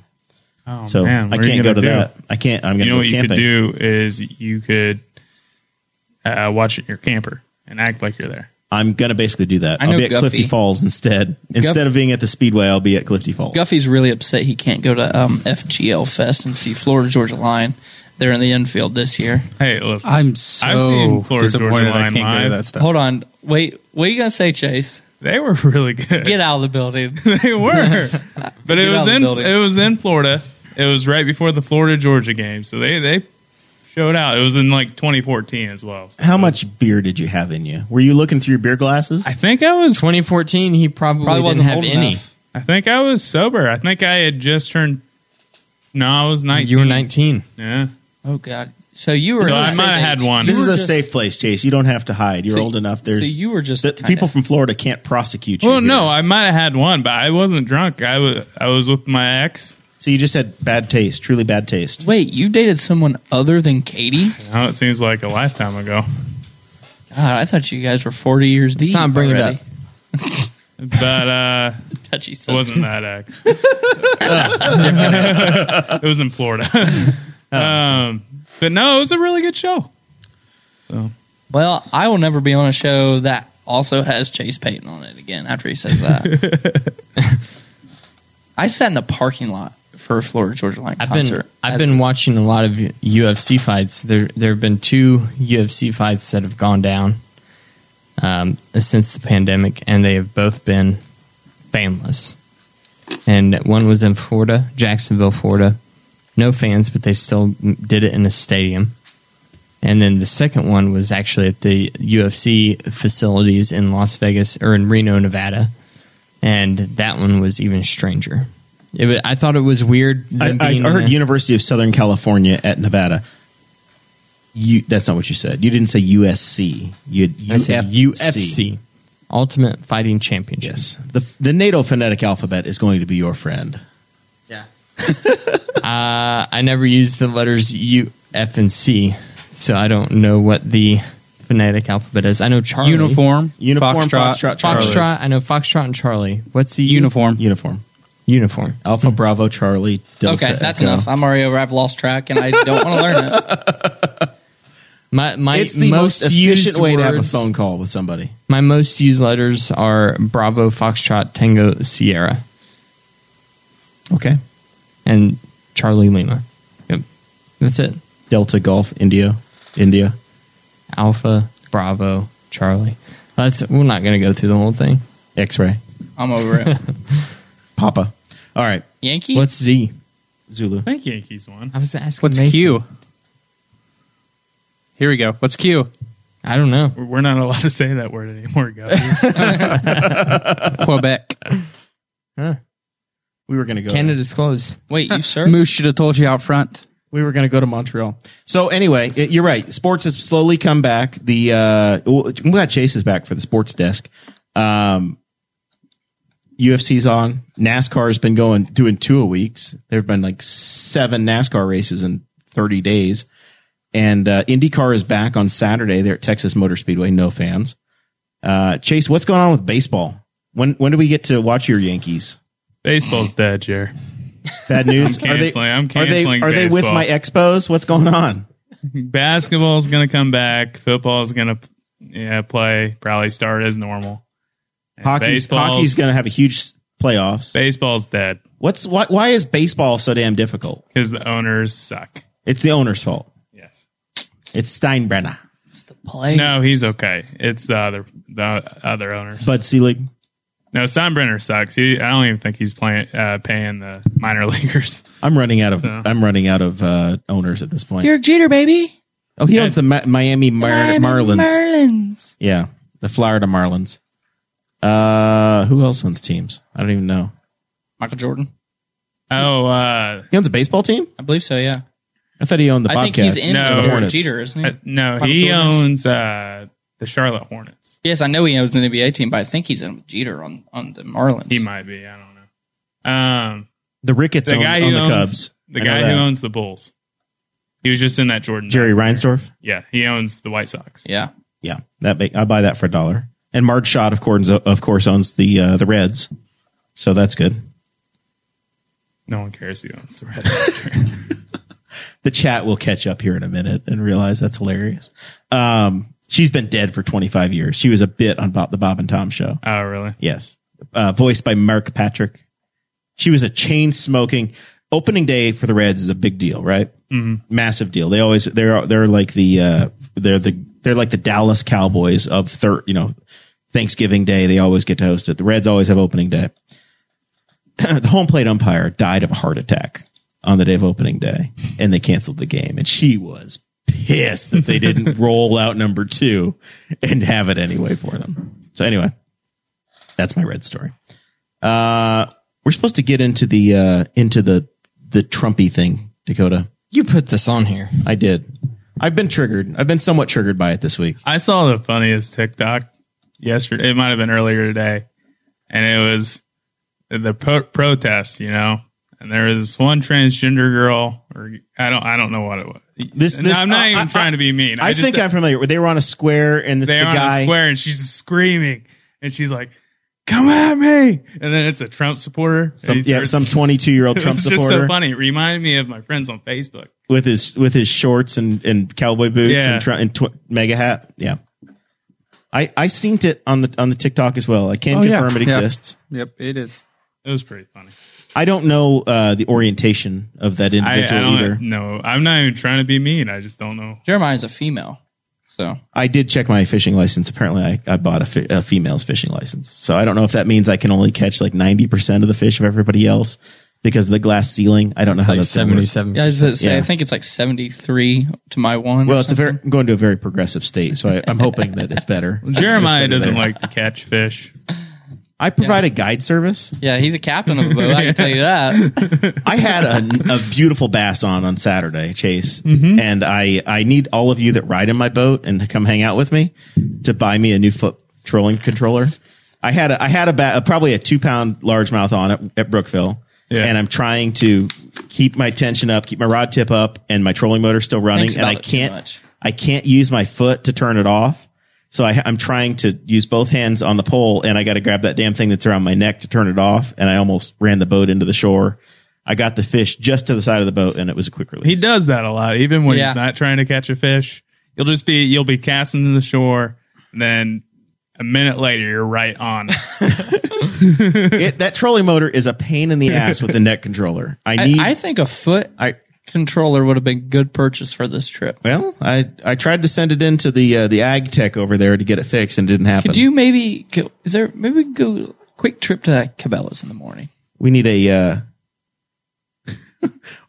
S5: Oh,
S1: so
S5: man,
S1: I
S5: what are you
S1: can't go to
S5: gonna do?
S1: that. I can't. I'm going to
S5: You know
S1: go
S5: what you
S1: camping.
S5: could do is you could uh, watch it in your camper and act like you're there.
S1: I'm going to basically do that.
S3: I
S1: I'll
S3: know
S1: be at Clifty
S3: Guffey.
S1: Falls instead. Instead of being at the Speedway, I'll be at Clifty Falls.
S3: Guffey's really upset he can't go to um, FGL Fest and see Florida Georgia Line. They're in the infield this year.
S5: Hey, listen.
S4: I'm so
S5: I've seen Florida
S4: disappointed
S5: Georgia
S4: I
S5: Line
S4: can't go to
S5: live.
S4: that stuff.
S3: Hold on, wait. What are you gonna say, Chase?
S5: they were really good. <laughs>
S3: Get out of
S1: <laughs>
S3: the building. <laughs>
S5: they were. But it
S3: Get out of
S5: was
S3: the
S5: in
S3: building.
S5: it was in Florida. It was right before the Florida Georgia game, so they they showed out. It was in like 2014 as well. So
S1: How
S5: it was-
S1: much beer did you have in you? Were you looking through your beer glasses?
S5: I think I was.
S2: 2014, he probably,
S3: Probably
S2: didn't
S3: wasn't
S2: have
S3: old
S2: any.
S3: enough.
S5: I think I was sober. I think I had just turned. No, I was 19.
S2: You were 19.
S5: Yeah.
S3: Oh God. So you were.
S5: So I
S3: the
S5: might have
S3: same
S5: had
S3: age.
S5: one.
S1: this
S3: You
S1: is
S3: were
S1: a
S3: just-
S1: safe place, Chase. You don't have to hide. You're
S3: So-
S1: old enough. There's
S3: so you were just
S1: the
S3: kinda-
S1: people from Florida can't prosecute you.
S5: Well,
S1: here.
S5: no, I might have had one, but I wasn't drunk. I was I was with my ex.
S1: So you just had bad taste, truly bad taste.
S3: Wait, you dated someone other than Katie?
S5: Now it seems like a lifetime ago.
S3: God, I thought you guys were 40 years deep.
S2: Let's not bring it
S3: already. <laughs>
S2: up.
S5: But uh,
S3: Touchy
S5: it
S3: subject.
S5: wasn't that ex. it was in Florida. um, but no, it was a really good show.
S3: Well, I will never be on a show that also has Chase Payton on it again after he says that.
S5: <laughs>
S3: I sat in the parking lot for a Florida Georgia Line
S2: I've
S3: concert.
S2: been I've been watching a lot of UFC fights. There there have been two UFC fights that have gone down um, since the pandemic, and they have both been fanless. And one was in Florida, Jacksonville, Florida. No fans, but they still m- did it in a stadium. And then the second one was actually at the UFC facilities in Las Vegas or in Reno, Nevada. And that one was even stranger. It, wa- I thought it was weird.
S1: I,
S2: them
S1: I, I
S2: being in
S1: heard
S2: a-
S1: University of Southern California at Nevada. You that's not what you said. You didn't say USC. You had
S2: I said
S1: UFC.
S2: UFC, Ultimate Fighting Championship.
S1: Yes. The the NATO phonetic alphabet is going to be your friend.
S2: Yeah. uh, I never used the letters U, F, and C, so I don't know what the phonetic alphabet is. I know Charlie.
S4: Uniform,
S1: Uniform,
S4: foxtrot,
S1: foxtrot,
S4: Charlie.
S2: Foxtrot. I know Foxtrot and Charlie. What's the U-
S4: uniform.
S1: Uniform.
S2: Uniform.
S1: Alpha Bravo Charlie. Delta,
S3: okay, that's
S1: Echo.
S3: enough. I'm already over. I've lost track, and I don't want to learn it.
S2: My my
S1: It's the most,
S2: used
S1: efficient way to have a
S2: words-
S1: phone call with somebody.
S2: My most used letters are Bravo, Foxtrot, Tango, Sierra,
S1: Okay.
S2: and Charlie Lima. Yep, that's it.
S1: Delta Golf India. India.
S2: Alpha, Bravo, Charlie. That's we're not going to go through the whole thing.
S1: X ray.
S3: I'm over it.
S1: Papa. All right.
S3: Yankee.
S2: What's Z?
S1: Zulu.
S5: I think Yankees won.
S2: I was asking.
S4: What's
S2: Mason.
S4: Q? Here we go. What's Q?
S2: I don't know.
S5: We're- We're not allowed to say that word anymore, guys.
S4: Quebec.
S1: We were gonna go
S2: Canada's closed.
S3: Wait, you sir?
S4: Moose should have told you out front.
S1: We were going to go to Montreal. So anyway, y- you're right. Sports has slowly come back. The uh, well, I'm glad Chase is back for the sports desk. Um, UFC's on. NASCAR has been going doing two a weeks. There have been like seven NASCAR races in 30 days, and uh, IndyCar is back on Saturday. They're at Texas Motor Speedway. No fans. Uh, Chase, what's going on with baseball? When when do we get to watch your Yankees?
S5: Baseball's dead, Jer. <laughs>
S1: Bad news.
S5: canceling. I'm
S1: are they
S5: canceling
S1: are they with
S5: baseball.
S1: my expos? What's going on?
S5: Basketball's going to come back. Football's going to yeah play. Probably start as normal. And
S1: Hockey's,
S5: baseball's-
S1: hockey's going to have a huge s- playoffs.
S5: Baseball's dead
S1: What's why, why is baseball so damn difficult?
S5: because the owners suck.
S1: It's the owner's fault.
S5: Yes.
S1: It's Steinbrenner,
S3: What's the play?
S5: No, he's okay. It's the other the other owner.
S1: Bud Selig.
S5: No, Steinbrenner sucks. He, I don't even think he's playing uh, paying the minor <laughs> leaguers.
S1: I'm running out of
S5: So.
S1: I'm running out of uh, owners at this point.
S3: Derek Jeter, baby.
S1: oh, he owns the Ma- Miami, Mar-
S3: Miami
S1: Marlins.
S3: Marlins.
S1: yeah, the Florida Marlins. Uh, who else owns teams? I don't even know.
S3: Michael Jordan.
S5: Oh, uh,
S1: He owns a baseball team.
S3: I believe so. Yeah.
S1: I thought he owned the
S3: I think
S1: Bobcats.
S3: he's in
S5: No.
S3: with Derek
S1: Hornets.
S3: Jeter,
S1: <laughs>
S3: isn't he?
S5: uh, no,
S3: Michael
S5: he
S3: Jordan's?
S5: owns uh, the Charlotte Hornets.
S3: yes, I know he owns an NBA team, but I think he's in with Jeter on on the Marlins.
S5: He might be. I don't know. Um,
S1: The Ricketts
S5: the
S1: own,
S5: guy
S1: own
S5: who
S1: the
S5: owns
S1: Cubs.
S5: the
S1: I know
S5: guy
S1: that.
S5: who owns the Bulls. He was just in that Jordan.
S1: Jerry Reinsdorf.
S5: Yeah, he owns the White Sox.
S3: Yeah.
S1: Yeah, that big, I buy that for a dollar. And Marge Shot, of course, of course, owns the uh, the Reds, so that's good.
S5: No one cares who owns the
S1: <laughs>
S5: Red Sox.
S1: The chat will catch up here in a minute and realize that's hilarious. Um, she's been dead for 25 years. She was a bit on Bob, the Bob and Tom show.
S5: oh, really?
S1: Yes, uh, voiced by Mark Patrick. She was a chain smoking. Opening day for the Reds is a big deal, right? Massive deal. They always they're they're like the uh, they're the they're like the Dallas Cowboys of third. You know, Thanksgiving Day they always get to host it. The Reds always have opening day. <clears throat> the home plate umpire died of a heart attack on the day of opening day, and they canceled the game. And she was pissed that they didn't roll out number two and have it anyway for them. So anyway, that's my red story. Uh, we're supposed to get into the uh, into the the Trumpy thing, Dakota.
S2: You put this on here.
S1: I did. I've been triggered. I've been somewhat triggered by it this week.
S5: I saw the funniest TikTok yesterday. It might have been earlier today, and it was the pro- protest. You know, and there was this one transgender girl, or I don't, I don't know what it was.
S1: This,
S5: No,
S1: this
S5: I'm not
S1: I-
S5: even
S1: I-
S5: trying to be mean.
S1: I,
S5: just-
S1: think I'm familiar. They were on a square, and the, the
S5: they are on
S1: guy.
S5: a square, and she's screaming, and she's like, "Come at me!" And then it's a Trump supporter.
S1: Some, yeah,
S5: <laughs>
S1: some 22 year old Trump
S5: It's just so
S1: supporter
S5: funny. It reminded me of my friends on Facebook.
S1: with his with his shorts and, and cowboy boots
S5: Yeah.
S1: and, Trump, and tw- mega hat. Yeah, I I seen it on the on the TikTok as well. I
S5: Oh,
S1: can
S4: yeah.
S1: confirm it
S4: Yeah.
S1: exists.
S4: Yep, it is.
S5: It was pretty funny.
S1: I don't know uh, the orientation of that
S5: I, I
S1: individual either.
S5: don't know. I'm not even trying to be mean. I just don't know.
S3: Jeremiah's a female, so
S1: I did check my fishing license. Apparently, I, I bought a, fi- a female's fishing license. So I don't know if that means I can only catch like 90% of the fish of everybody else because of the glass ceiling. I don't know how
S2: like
S1: that's gonna work.
S2: seventy seven.
S3: yeah, I was gonna say
S1: Yeah.
S3: I think it's like seventy three to my one.
S1: Well, it's a very, I'm going to a very progressive state. So I, I'm hoping that it's better. It's- it's
S5: <laughs> Jeremiah
S1: better
S5: doesn't
S1: there.
S5: like to catch fish.
S1: I provide a guide service.
S3: yeah, he's a captain of a boat. I can tell you
S1: <laughs>
S3: that.
S1: I had a, a beautiful bass on on Saturday, Chase, and I I need all of you that ride in my boat and come hang out with me to buy me a new foot trolling controller. I had a, I had a, ba- probably a two pound largemouth on at, at Brookville,
S5: Yeah.
S1: and I'm trying to keep my tension up, keep my rod tip up, and my trolling motor still running,
S3: Thinks
S1: and
S3: about
S1: I
S3: it too
S1: can't
S3: much.
S1: I can't use my foot to turn it off. So I, I'm trying to use both hands on the pole, and I got to grab that damn thing that's around my neck to turn it off. And I almost ran the boat into the shore. I got the fish just to the side of the boat, and it was a quick
S5: He
S1: release.
S5: does that a lot, even when
S3: Yeah.
S5: he's not trying to catch a fish. You'll just be you'll be casting to the shore, and then a minute later you're right
S3: <laughs>
S5: on. it.
S1: It- that trolling motor is a pain in the ass with the neck controller. I need.
S3: I, I think a foot
S1: I-
S3: controller would have been good purchase for this trip.
S1: well, I I tried to send it into the uh, the ag tech over there to get it fixed, and it didn't happen.
S3: Could you maybe go, is there maybe we could go quick trip to Cabela's in the morning?
S1: we need a uh <laughs>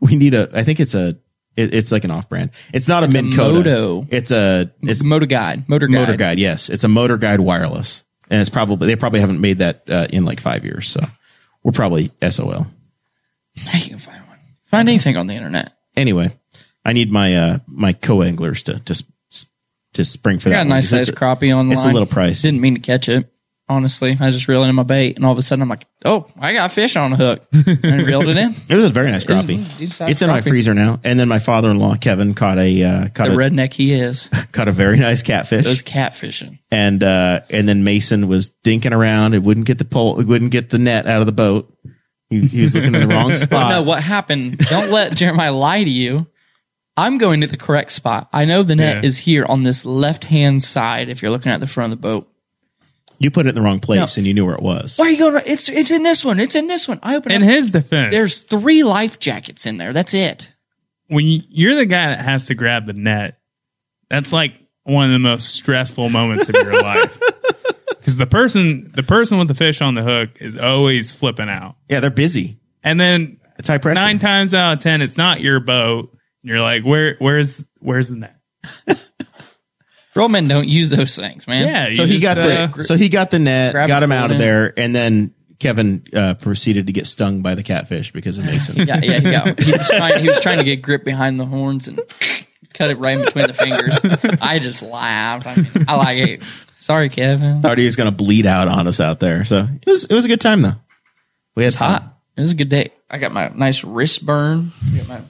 S1: we need a i think it's a it, it's like an off-brand it's not a mid
S3: Moto.
S1: it's a it's
S3: Motor guide, motor guide.
S1: motor guide yes it's a motor guide wireless and it's probably they probably haven't made that uh, in like five years so we're probably sol
S3: I can find one. Find anything on the internet.
S1: anyway i need my uh my co-anglers to to s- to spring for
S3: I
S1: that
S3: got a
S1: one,
S3: nice
S1: 'cause it's
S3: size crappie online.
S1: it's a little price
S3: Didn't mean to catch it. Honestly, I was just reeling in my bait, and all of a sudden I'm like, "Oh, I got a fish on
S1: <laughs>
S3: the hook," and reeled it in.
S1: it was a very nice
S3: was a
S1: crappie
S3: decent
S1: it's
S3: size
S1: in my
S3: crappie.
S1: freezer now and then my father-in-law kevin caught a uh caught,
S3: The
S1: a,
S3: redneck
S1: <laughs>
S3: he is.
S1: caught a very nice catfish
S3: Those catfishing.
S1: and uh and then Mason was dinking around and wouldn't get the pole, wouldn't get the net out of the boat. He, he was looking in the wrong
S3: <laughs>
S1: spot.
S3: No, what happened? Don't let Jeremiah lie to you. I'm going to the correct spot. I know the net
S5: Yeah.
S3: is here on this left hand side. If you're looking at the front of the boat,
S1: You put it in the wrong place, and you knew where it was.
S3: why are you going? to- It's it's in this one. It's in this one. I open
S5: In
S3: up.
S5: his defense,
S3: There's three life jackets in there. That's it.
S5: when you- you're the guy that has to grab the net, that's like one of the most stressful moments of your life. Because the person, the person with the fish on the hook is always flipping out,
S1: Yeah, they're busy.
S5: and then
S1: It's high pressure.
S5: nine times out of ten, it's not your boat. And you're like, where, where's, where's the net?
S3: Real men don't use those things, man.
S5: Yeah. you
S1: so he
S5: just,
S1: got
S5: uh,
S1: the so he got the net,
S3: grab
S1: got
S3: it,
S1: him out of
S3: hold it.
S1: there, and then Kevin uh, proceeded to get stung by the catfish because of <laughs> Mason.
S3: Yeah, yeah, he got. He was trying. He was trying to get grip behind the horns and cut it right in between the fingers. I just laughed. I, mean, I like it. Sorry, Kevin.
S1: Thought he was going to bleed out on us out there. So it was it was a good time though. We had fun.
S3: Hot. It was a good day. I got my nice wrist burn. I got my-
S2: All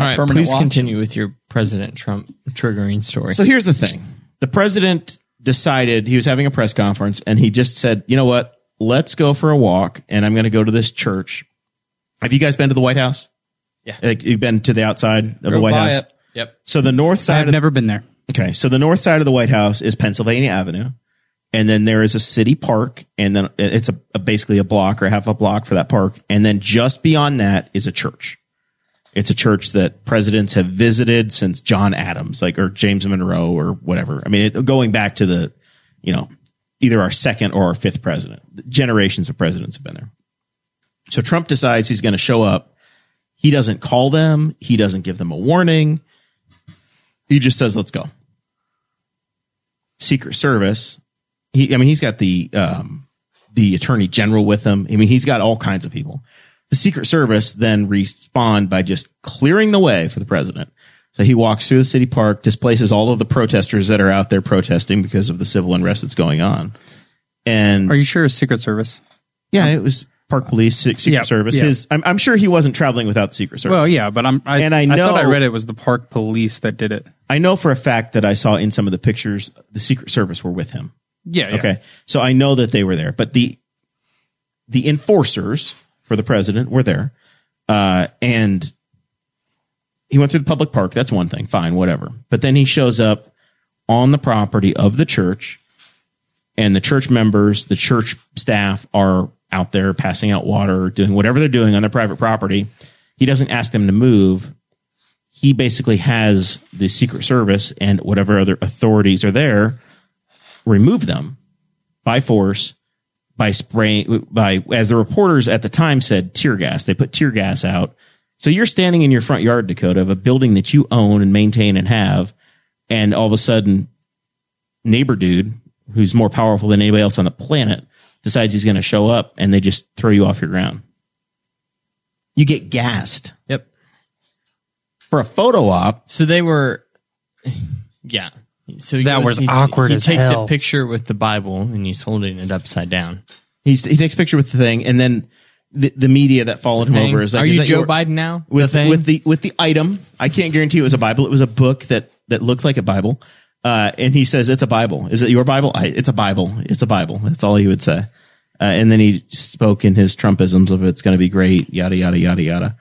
S2: right,
S3: permanent
S2: please
S3: watch.
S2: continue with your President Trump triggering story.
S1: So here's the thing. The president decided he was having a press conference and he just said, you know what? Let's go for a walk and I'm going to go to this church. Have you guys been to the White House? Yeah. Like, you've been to the outside of the
S3: Drove
S1: White
S3: by
S1: House?
S3: it.
S2: yep.
S1: So the north side
S4: I've
S1: of
S4: never been there.
S1: Okay, so the north side of the White House is Pennsylvania Avenue, and then there is a city park, and then it's a, a- basically a block or half a block for that park, and then just beyond that is a church. It's a church that presidents have visited since John Adams, like or James Monroe or whatever. I mean, it, going back to the, you know, either our second or our fifth president. Generations of presidents have been there. So Trump decides he's going to show up. He doesn't call them. He doesn't give them a warning. He just says, "Let's go." Secret Service. He, I mean, he's got the um, the Attorney General with him. I mean, he's got all kinds of people. The Secret Service then respond by just clearing the way for the president. So he walks through the city park, displaces all of the protesters that are out there protesting because of the civil unrest that's going on. And
S4: Are you sure it's Secret Service?
S1: yeah, it was Park Police, Se- Secret
S4: Yeah,
S1: Service.
S4: yeah.
S1: His, I'm, I'm sure he wasn't traveling without the Secret Service.
S4: Well, yeah, but I'm. I,
S1: And I
S4: thought
S1: know-
S4: I read it was the park police that did it.
S1: I know for a fact that I saw in some of the pictures the Secret Service were with him.
S4: Yeah. yeah.
S1: Okay, so I know that they were there, but the the enforcers for the president were there, uh, and he went through the public park. That's one thing, fine, whatever. But then he shows up on the property of the church and the church members, the church staff are out there passing out water, doing whatever they're doing on their private property. He doesn't ask them to move. He basically has the Secret Service and whatever other authorities are there remove them by force by spraying by as the reporters at the time said tear gas they put tear gas out so you're standing in your front yard dakota of a building that you own and maintain and have and all of a sudden neighbor dude who's more powerful than anybody else on the planet decides he's going to show up and they just throw you off your ground you get gassed
S2: Yep.
S1: for a photo op
S2: So they were, yeah. So he
S4: That
S2: goes-
S4: was
S2: he-
S4: awkward
S2: He
S4: as
S2: takes
S4: hell.
S2: a picture with the Bible and he's holding it upside down.
S1: he's, he takes a picture with the thing and then the, the media that followed him
S2: Thing.
S1: over is like
S2: Are
S1: is
S2: you
S1: that
S2: Joe
S1: your-
S2: Biden now?
S1: with
S2: the thing?
S1: with the with the item. I can't guarantee it was a Bible. It was a book that that looked like a Bible. Uh, and he says, "It's a Bible. Is it your Bible? I, it's a Bible. It's a Bible. That's all he would say." Uh, and then he spoke in his Trumpisms of "It's going to be great." Yada yada yada yada.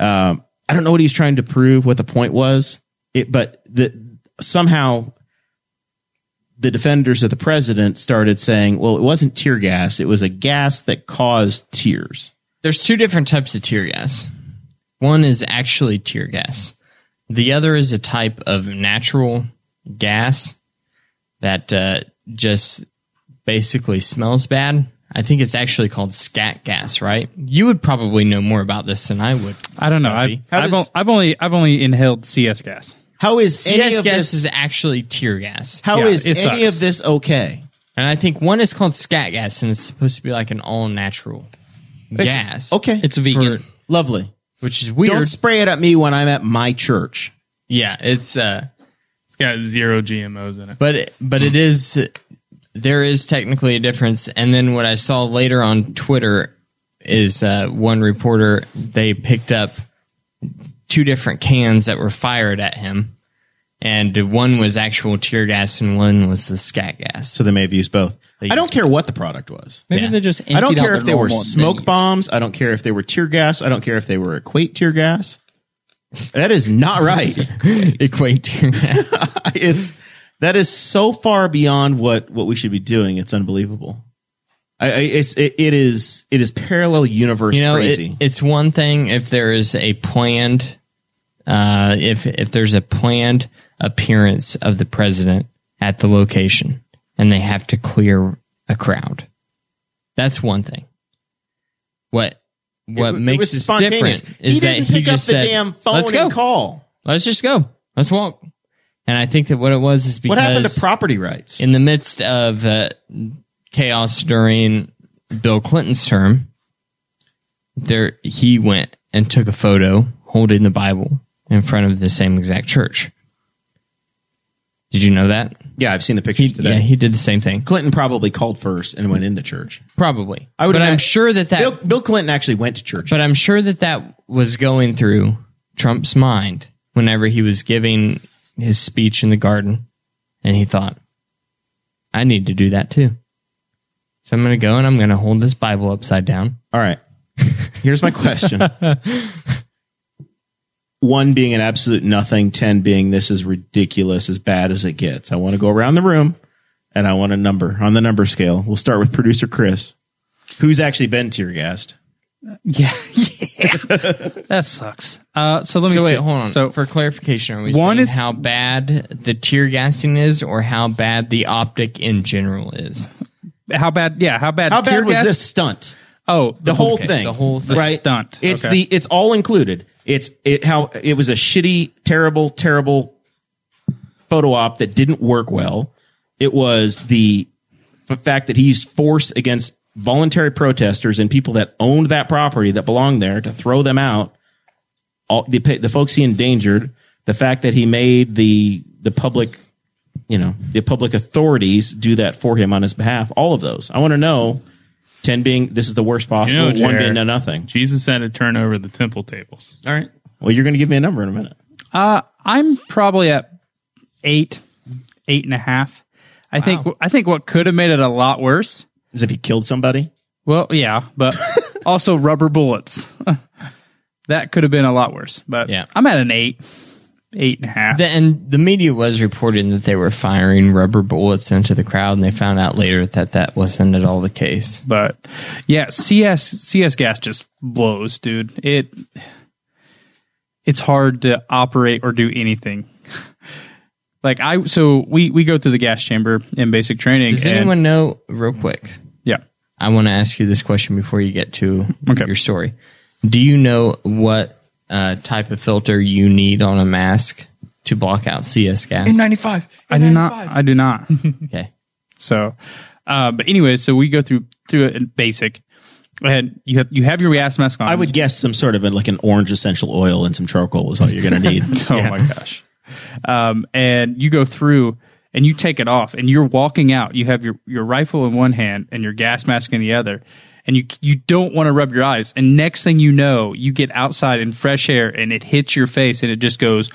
S1: Um, I don't know what he was trying to prove, what the point was. It, but the somehow the defenders of the president started saying, "Well, it wasn't tear gas. It was a gas that caused tears."
S2: There's two different types of tear gas. One is actually tear gas. The other is a type of natural gas that uh, just basically smells bad. I think it's actually called scat gas, right? You would probably know more about this than I would.
S4: I don't know. I've,
S1: How
S4: I've,
S1: does-
S4: on- I've only I've only inhaled CS gas.
S1: How is any
S2: CS
S1: of
S2: gas
S1: this?
S2: is actually tear gas.
S1: How
S4: Yeah,
S1: is
S4: it
S1: any
S4: sucks.
S1: of this okay?
S2: And I think one is called scat gas, and it's supposed to be like an all natural gas.
S1: Okay.
S3: It's vegan.
S2: For-
S1: lovely.
S2: which is
S1: Don't
S2: weird.
S1: spray it at me when I'm at my church.
S2: yeah, it's uh,
S5: It's got zero GMOs in it.
S2: but it- but it is there is technically a difference. And then what I saw later on Twitter is uh, one reporter they picked up two different cans that were fired at him, and one was actual tear gas and one was the scat gas.
S1: <laughs> So they may have used both. I don't
S2: used
S1: care what the product was.
S3: Maybe
S2: Yeah.
S3: they just.
S1: I don't
S3: emptied out
S1: care
S3: the
S1: if they were
S3: normal
S1: smoke
S3: menu.
S1: bombs. I don't care if they were tear gas. I don't care if they were equate tear gas. That is not right. <laughs>
S2: Equate tear gas.
S1: it's that is so far beyond what what we should be doing. It's unbelievable. I, I it's it, it is it is parallel universe
S2: You know,
S1: crazy.
S2: it, it's one thing if there is a planned, uh, if if there's a planned appearance of the president at the location, and they have to clear a crowd. That's one thing. What what
S1: It
S2: makes
S1: was
S2: it different is
S1: he
S2: that
S1: didn't
S2: he
S1: pick up
S2: just
S1: the
S2: said,
S1: damn phone
S2: "Let's go.
S1: and call.
S2: Let's just go. Let's walk." And I think that what it was is because
S1: What happened to property rights?
S2: in the midst of uh, chaos during Bill Clinton's term, there he went and took a photo holding the Bible in front of the same exact church. Did you know that?
S1: yeah, I've seen the
S2: He,
S1: pictures today.
S2: yeah, he did the same thing.
S1: Clinton probably called first and went in the church.
S2: Probably.
S1: I would
S2: but I'm
S1: imagine-
S2: sure that that
S1: Bill, Bill Clinton actually went to church.
S2: But I'm sure that that was going through Trump's mind whenever he was giving his speech in the garden. And he thought, I need to do that too. So I'm going to go and I'm going to hold this Bible upside down.
S1: All right. Here's my
S2: <laughs>
S1: question. One being an absolute nothing, 10 being this is ridiculous, as bad as it gets. I want to go around the room and I want a number on the number scale. We'll start with producer Chris, who's actually been tear gassed.
S4: Yeah, that sucks. Uh, so let me
S2: So
S4: see.
S2: wait, hold on.
S4: So
S2: So for clarification, are we
S4: One
S2: saying
S4: is-
S2: how bad the tear gassing is or how bad the optic in general is?
S4: how bad? Yeah, how bad?
S1: How bad
S4: tear
S1: was
S4: gas?
S1: this stunt?
S4: Oh,
S1: The whole
S4: okay.
S1: thing.
S2: The whole
S4: The
S2: thing.
S4: stunt.
S1: It's
S4: Okay.
S1: the it's all included. It's it how it was a shitty, terrible, terrible photo op that didn't work well. It was the f- fact that he used force against voluntary protesters and people that owned that property that belonged there to throw them out. All the pa- the folks he endangered. The fact that he made the the public, you know, the public authorities do that for him on his behalf. All of those. I want to know. Ten being this is the worst possible.
S5: You know,
S1: one
S5: Jer-
S1: being no nothing.
S5: Jesus had to turn over the temple tables.
S1: All right. Well, you're going to give me a number in a minute.
S4: I'm probably at eight, eight and a half. I think. I think what could have made it a lot worse.
S1: As if he killed somebody.
S4: Well, yeah,
S2: <laughs>
S4: but also <laughs> rubber bullets. that could have been a lot worse. But
S2: Yeah.
S4: I'm at an eight. eight and a half.
S2: The, and the media was reporting that they were firing rubber bullets into the crowd, and they found out later that that wasn't at all the case.
S4: but yeah, CS CS gas just blows, dude. It it's hard to operate or do anything. <laughs> like I, so we we go through the gas chamber in basic training.
S2: Does
S4: and-
S2: anyone know, real quick?
S4: Yeah,
S2: I want to ask you this question before you get to
S4: Okay.
S2: your story. Do you know what uh, type of filter you need on a mask to block out CS gas?
S3: N95.
S4: I do not. I do not.
S2: okay.
S4: So, uh, but anyway, so we go through through it in basic, and you have you have your gas mask on.
S1: I would guess some sort of a, like an orange essential oil and some charcoal is all you're going to need.
S4: <laughs> Oh my gosh! Um, and you go through and you take it off, and you're walking out. You have your your rifle in one hand and your gas mask in the other, and you you don't want to rub your eyes. And next thing you know, you get outside in fresh air, and it hits your face, and it just goes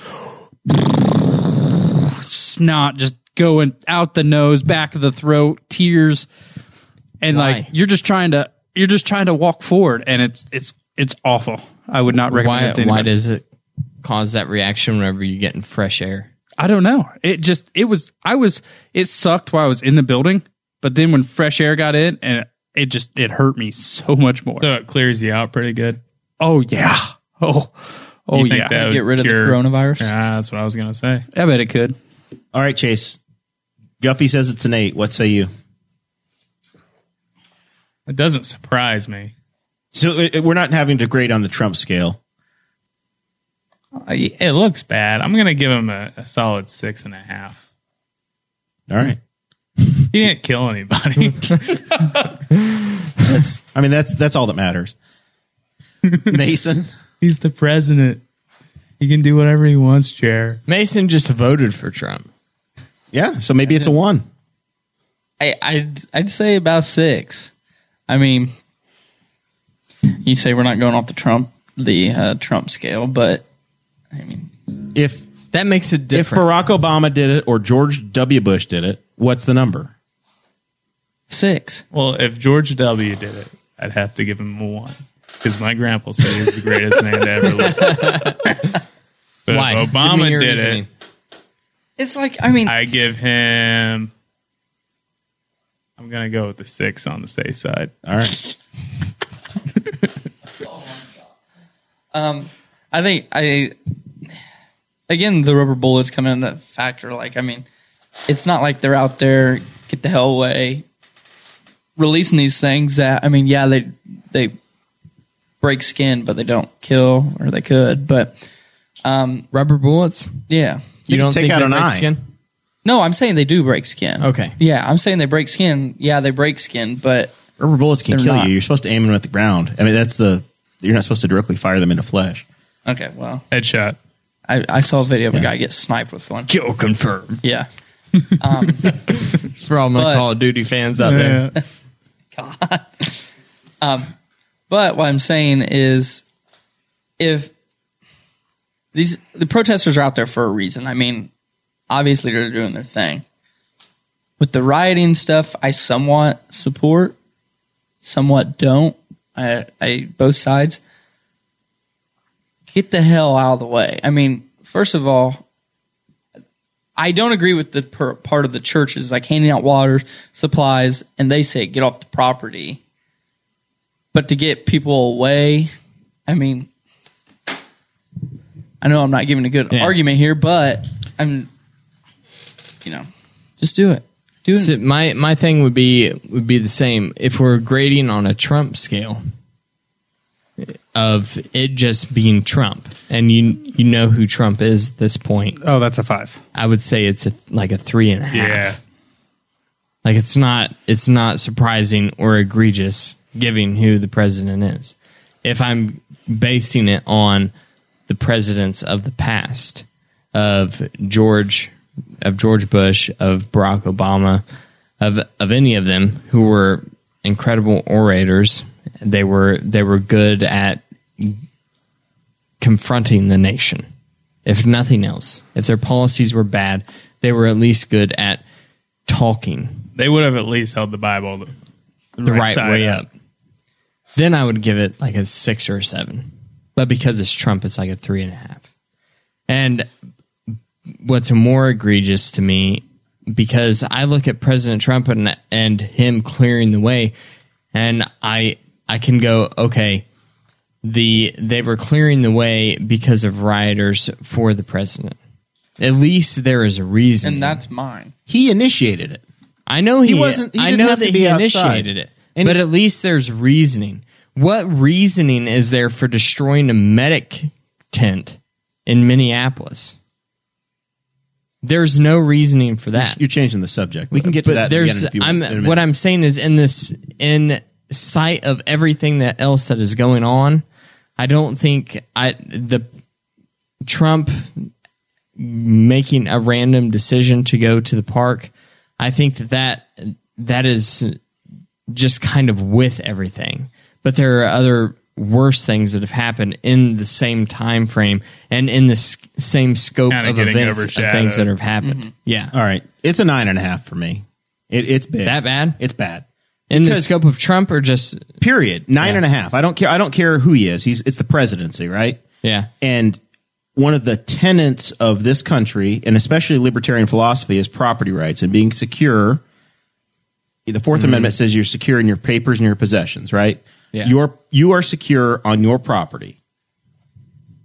S4: snot just going out the nose, back of the throat, tears, and
S2: Why?
S4: like you're just trying to you're just trying to walk forward, and it's it's it's awful. I would not recommend
S2: Why,
S4: it to
S2: why
S4: anybody.
S2: does it cause that reaction whenever you get in fresh air?
S4: I don't know. It just it was I was it sucked while I was in the building, but then when fresh air got in and it just it hurt me so much more.
S5: So it clears you out pretty good.
S4: oh yeah. Oh. Oh
S5: You think
S4: yeah.
S5: that would
S3: Get rid of the
S5: cure-
S3: coronavirus?
S5: Yeah, that's what I was gonna say.
S4: I bet it could.
S1: all right, Chase. Guffey says it's an eight. What say you?
S5: It doesn't surprise me.
S1: So it, it- we're not having to grade on the Trump scale.
S5: I- Uh, It looks bad. I'm gonna give him a, a solid six and a half.
S1: All right.
S5: He didn't kill anybody. <laughs>
S1: I mean, that's that's all that matters. <laughs> Mason,
S5: He's the president. He can do whatever he wants, chair.
S2: Mason just voted for Trump.
S1: yeah. So maybe it's a one.
S3: I, I'd I'd say about six. I mean, you say we're not going off the Trump the uh, Trump scale, but I mean,
S1: If
S2: That makes it
S1: if
S2: different.
S1: Barack Obama did it or George W. Bush did it, what's the number?
S3: six.
S5: Well, if George W. did it, I'd have to give him a one because my grandpa said he was the greatest man to ever live. <laughs> But
S2: Why?
S5: if
S2: Give me
S5: Obama
S2: your
S5: did
S2: reasoning.
S5: it,
S3: It's like I mean,
S5: I give him. I'm gonna go with the six on the safe side.
S1: All right.
S3: I think I again the rubber bullets come in the factor. Like I mean, it's not like they're out there get the hell away releasing these things that I mean, yeah, they they break skin, but they don't kill or they could. But
S2: Rubber bullets?
S3: yeah,
S2: You,
S1: can
S2: don't
S1: take
S2: think
S1: out
S2: they
S1: an
S2: break
S1: eye.
S2: skin?
S3: no, I'm saying they do break skin.
S2: Okay.
S3: Yeah, I'm saying they break skin. Yeah, they break skin, but
S1: Rubber bullets can
S3: They're
S1: kill
S3: not.
S1: you. You're supposed to aim them at the ground. I mean, that's the you're not supposed to directly fire them into flesh.
S3: okay, well,
S5: Headshot.
S3: I, I saw a video of a guy get sniped with one.
S1: Kill confirmed.
S3: Yeah.
S2: For all my
S3: But-
S2: Call of Duty fans out there.
S5: Yeah.
S3: But what I'm saying is, if these the protesters are out there for a reason. I mean, obviously they're doing their thing. With the rioting stuff, I somewhat support, somewhat don't. I, I both sides. Get the hell out of the way. I mean, first of all, I don't agree with the per, part of the churches like handing out water supplies, and they say get off the property. But to get people away, I mean, I know I'm not giving a good argument here, but I'm, you know, just do it. Do it.
S2: So my my thing would be would be the same if we're grading on a Trump scale of it just being Trump, and you you know who Trump is at this point.
S4: Oh, that's a five.
S2: I would say it's a, like a three and a half.
S5: yeah.
S2: Like it's not it's not surprising or egregious given who the president is. If I'm basing it on the presidents of the past of George of George Bush, of Barack Obama, of of any of them who were incredible orators, they were they were good at confronting the nation. If nothing else, if their policies were bad, they were at least good at talking
S5: They would have at least held the Bible the, the
S2: the right,
S5: side
S2: way up. Then I would give it like a six or a seven. But because it's Trump, it's like a three and a half. And what's more egregious to me because I look at President Trump and and him clearing the way, and I I can go okay. The they were clearing the way because of rioters for the president. At least there is a reason.
S3: and that's mine.
S1: He initiated it.
S2: I know he,
S1: wasn't- he
S2: I
S1: didn't
S2: know
S1: have to
S2: that
S1: be
S2: he
S1: outside.
S2: initiated it,
S1: And
S2: but
S1: he's-
S2: at least there's reasoning. What reasoning is there for destroying a medic tent in Minneapolis? There's no reasoning for that.
S1: You're changing the subject. We can get to
S2: But
S1: that.
S2: there's,
S1: again if you want, in
S2: I'm
S1: a minute.
S2: what I'm saying is in this in sight of everything that else that is going on, I don't think I the Trump making a random decision to go to the park. I think that that, that is just kind of with everything. But there are other worse things that have happened in the same time frame and in the s- same scope
S5: Kinda
S2: of
S5: getting
S2: events of things that
S5: overshadowed. Mm-hmm.
S2: have happened. Yeah.
S1: All right. It's a nine and a half for me. It, it's big.
S2: That bad?
S1: It's bad.
S2: In the
S1: Because-
S2: scope of Trump or just
S1: Period. Nine and a half. I don't care. I don't care who he is. He's it's the presidency, right?
S2: yeah.
S1: And one of the tenets of this country, and especially libertarian philosophy, is property rights and being secure. The 4th Amendment says you're secure in your papers and your possessions, right?
S2: Yeah.
S1: You're, you are secure on your property.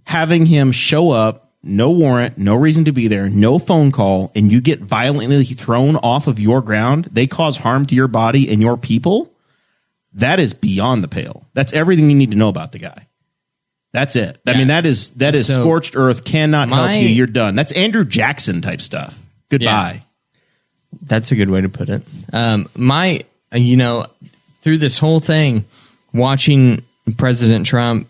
S1: Having him show up, no warrant, no reason to be there, no phone call, and you get violently thrown off of your ground, they cause harm to your body and your people. That is beyond the pale. That's everything you need to know about the guy. That's it. I mean, that is that is
S2: So-
S1: scorched earth. Cannot
S2: My-
S1: help you. You're done. That's Andrew Jackson type stuff. Goodbye.
S2: That's a good way to put it. Um, my, uh, you know, through this whole thing, watching President Trump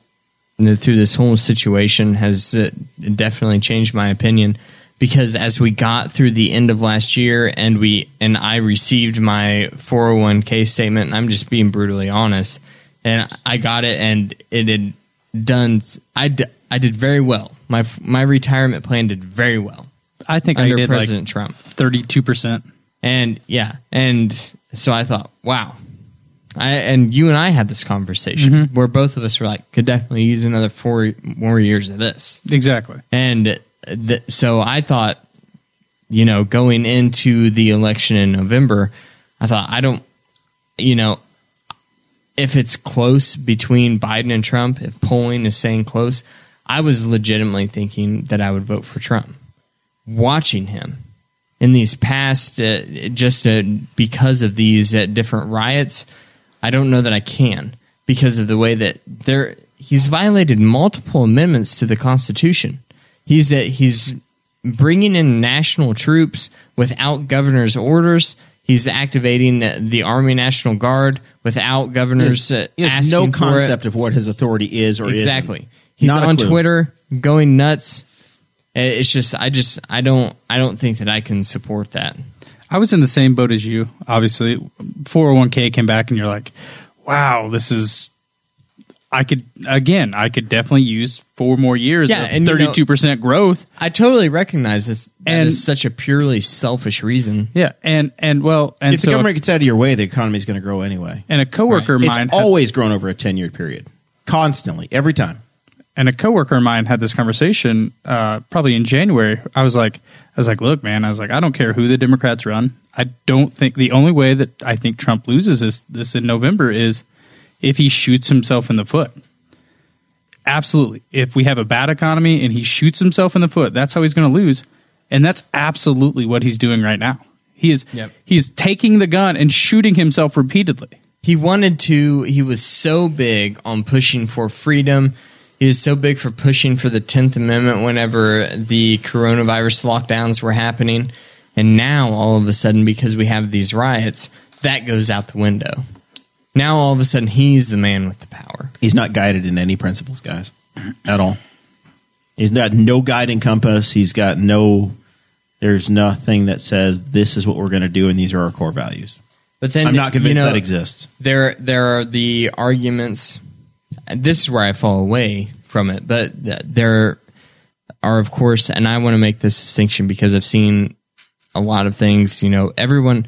S2: you know, through this whole situation has uh, definitely changed my opinion because as we got through the end of last year and we and I received my 401k statement and I'm just being brutally honest and I got it and it had done I d- I did very well. My my retirement plan did very well
S4: I think I
S2: under
S4: did
S2: President Trump.
S4: like thirty-two percent.
S2: And yeah, and so I thought, wow. I and you and I had this conversation
S4: Mm-hmm.
S2: where both of us were like, could definitely use another four more years of this.
S4: Exactly.
S2: And th- so I thought, you know, going into the election in November, I thought I don't, you know, if it's close between Biden and Trump, if polling is saying close, I was legitimately thinking that I would vote for Trump. Watching him in these past, uh, just uh, because of these uh, different riots, I don't know that I can because of the way that there he's violated multiple amendments to the Constitution. He's that he's bringing in national troops without governor's orders. He's activating the Army National Guard without
S1: He
S2: governor's
S1: has,
S2: uh,
S1: he has
S2: asking
S1: no
S2: for it.
S1: concept of what his authority is or isn't.
S2: Exactly. He's
S1: Not a
S2: on
S1: clue.
S2: Twitter going nuts. Uh, It's just I just I don't I don't think that I can support that.
S4: I was in the same boat as you. Obviously, 401k came back, and you're like, "Wow, this is." I could again. I could definitely use four more years
S2: Yeah,
S4: of
S2: and you know-
S4: thirty-two percent growth.
S2: I totally recognize this. That
S4: And-
S2: is such a purely selfish reason.
S4: Yeah, and and well, and
S1: If
S4: so
S1: the government gets out of your way, the economy is going to grow anyway.
S4: and a coworker of
S1: It's
S4: mine had-
S1: always grown over a ten year period, constantly, every time.
S4: and a coworker of mine had this conversation uh, probably in January. I was like, I was like, look, man, I was like, I don't care who the Democrats run. I don't think the only way that I think Trump loses this this in November is if he shoots himself in the foot. Absolutely, if we have a bad economy and he shoots himself in the foot, that's how he's going to lose, and that's absolutely what he's doing right now. He is
S2: Yep.
S4: he's taking the gun and shooting himself repeatedly.
S2: he wanted to he was so big on pushing for freedom he was so big for pushing for the 10th amendment whenever the coronavirus lockdowns were happening and now all of a sudden because we have these riots that goes out the window now all of a sudden he's the man with the power
S1: He's not guided in any principles, guys, at all. He's got no guiding compass. He's got no. There's nothing that says this is what we're going to do, and these are our core values.
S2: but then
S1: I'm not convinced
S2: you know,
S1: that exists.
S2: there there are the arguments and this is where I fall away from it but th- there are of course and I want to make this distinction because I've seen a lot of things you know everyone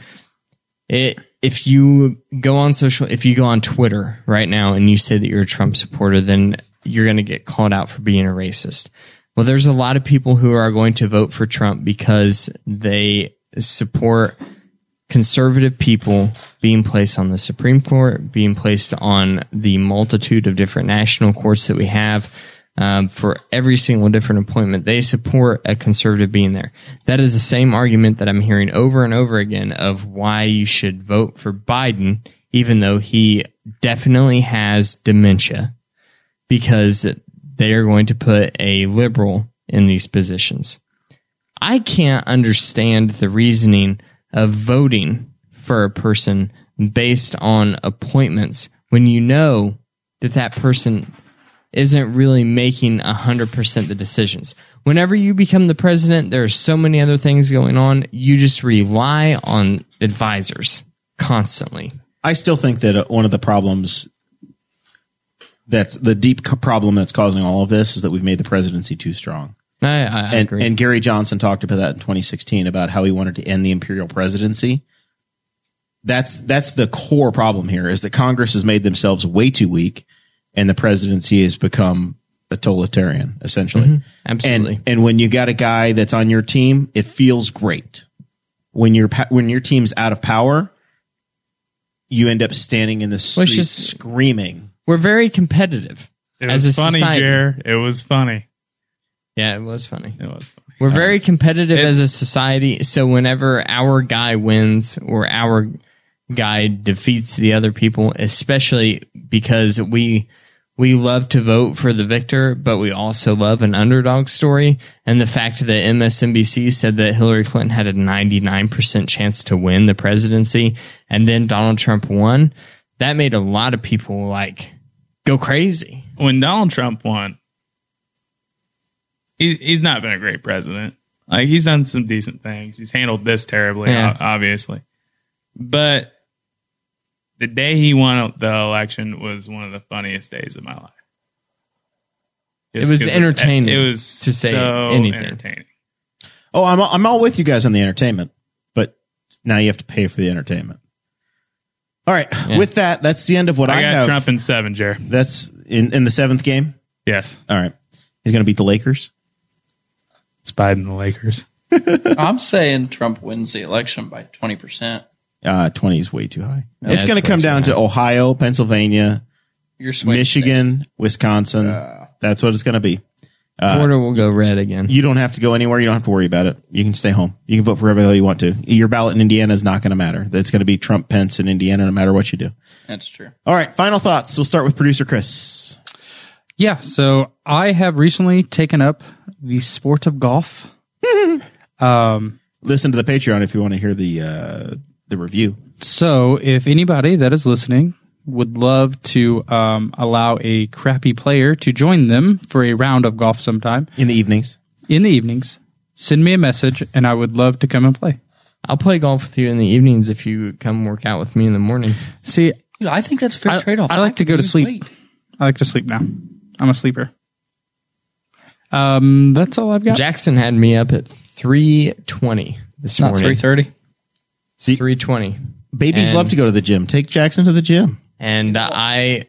S2: it if you go on social if you go on Twitter right now and you say that you're a Trump supporter then you're going to get called out for being a racist Well, there's a lot of people who are going to vote for Trump because they support conservative people being placed on the Supreme Court, being placed on the multitude of different national courts that we have. Um, for every single different appointment, they support a conservative being there. That is the same argument that I'm hearing over and over again of why you should vote for Biden, even though he definitely has dementia because they are going to put a liberal in these positions. I can't understand the reasoning of voting for a person based on appointments when you know that that person isn't really making 100% the decisions. Whenever you become the president, there are so many other things going on. You just rely on advisors constantly.
S1: I still think that uh, one of the problems that's the deep co- problem that's causing all of this is that we've made the presidency too strong.
S2: I, I
S1: and,
S2: agree.
S1: and Gary Johnson talked about that in 2016 about how he wanted to end the imperial presidency. That's that's the core problem here is that Congress has made themselves way too weak, and the presidency has become a totalitarian essentially.
S2: Mm-hmm. Absolutely.
S1: And and when you got a guy that's on your team, it feels great. When your pa- when your team's out of power, you end up standing in the
S2: Well,
S1: street
S2: it's just-
S1: screaming.
S2: We're very competitive.
S5: It
S2: as
S5: was
S2: a
S5: funny,
S2: society.
S5: Jer. It was funny.
S2: Yeah, it was funny.
S5: It was funny.
S2: We're very competitive as a society. So whenever our guy wins or our guy defeats the other people, especially because we we love to vote for the victor, but we also love an underdog story. And the fact that MSNBC said that Hillary Clinton had a 99% chance to win the presidency and then Donald Trump won, that made a lot of people like go crazy.
S5: When Donald Trump won, he, he's not been a great president. Like he's done some decent things. He's handled this terribly,
S2: Yeah.
S5: o- obviously. But the day he won the election was one of the funniest days of my life. Just
S2: It was
S5: 'cause of-
S2: entertaining,
S5: It was
S2: to say
S5: so
S2: anything.
S5: entertaining.
S1: Oh, I'm I'm all with you guys on the entertainment, but now you have to pay for the entertainment. All right, with that, that's the end of what I,
S5: I got
S1: have.
S5: Trump in seven, Jer.
S1: That's in in the seventh game.
S5: Yes,
S1: All right, he's going to beat the Lakers.
S5: it's Biden and the Lakers.
S3: I'm saying Trump wins the election by 20%.
S1: Uh, Twenty is way too high. it's
S2: it's
S1: going
S2: way
S1: to come
S2: too
S1: down to Ohio, Pennsylvania,
S3: You're swaying
S1: Michigan, Wisconsin. that's what it's going to be.
S2: Florida will go red again.
S1: You don't have to go anywhere. You don't have to worry about it. You can stay home. You can vote for everybody you want to. Your ballot in Indiana is not going to matter. It's going to be Trump, Pence, in Indiana, no matter what you do.
S3: states. That's true.
S1: All right, final thoughts. We'll start with producer Chris.
S4: Yeah, so I have recently taken up the sport of golf.
S1: Listen to the Patreon if you want to hear the uh, the review.
S4: So, if anybody that is listening would love to um, allow a crappy player to join them for a round of golf sometime
S1: in the evenings.
S4: in the evenings, send me a message and I would love to come and play.
S2: I'll play golf with you in the evenings if you come work out with me in the morning.
S4: See,
S3: Dude, I think that's a fair
S4: I-
S3: trade off.
S4: I like to go to sleep. I like to sleep now. I'm a sleeper. Um, that's all I've got.
S2: Jackson had me up at three twenty this
S3: Not
S2: morning.
S3: 3.30.
S2: Three twenty,
S1: Babies
S2: And-
S1: love to go to the gym. Take Jackson to the gym.
S2: and uh, I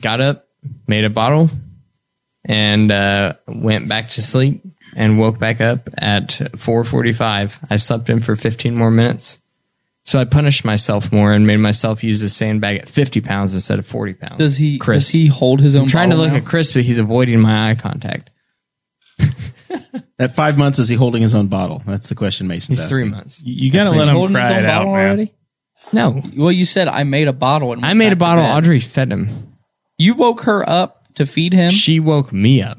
S2: got up, made a bottle, and uh, went back to sleep. And woke back up at four forty-five. I slept in for fifteen more minutes, so I punished myself more and made myself use the sandbag at fifty pounds instead of forty pounds.
S3: Does he,
S2: Chris?
S3: does he hold his own
S2: I'm trying to
S3: bottle
S2: look
S3: now?
S2: at Chris, but he's avoiding my eye contact.
S1: At five months, is he holding his own bottle? That's the question Mason's
S2: It's
S1: asking.
S2: three months.
S5: You gotta let him
S3: holding his
S5: fry
S3: own
S5: it out,
S3: bottle
S5: man.
S3: already?
S2: No,
S3: Well, you said I made a bottle. And
S2: I
S3: went
S2: made
S3: back
S2: a
S3: to
S2: bottle.
S3: bed.
S2: Audrey fed him.
S3: You woke her up to feed him.
S2: She woke me up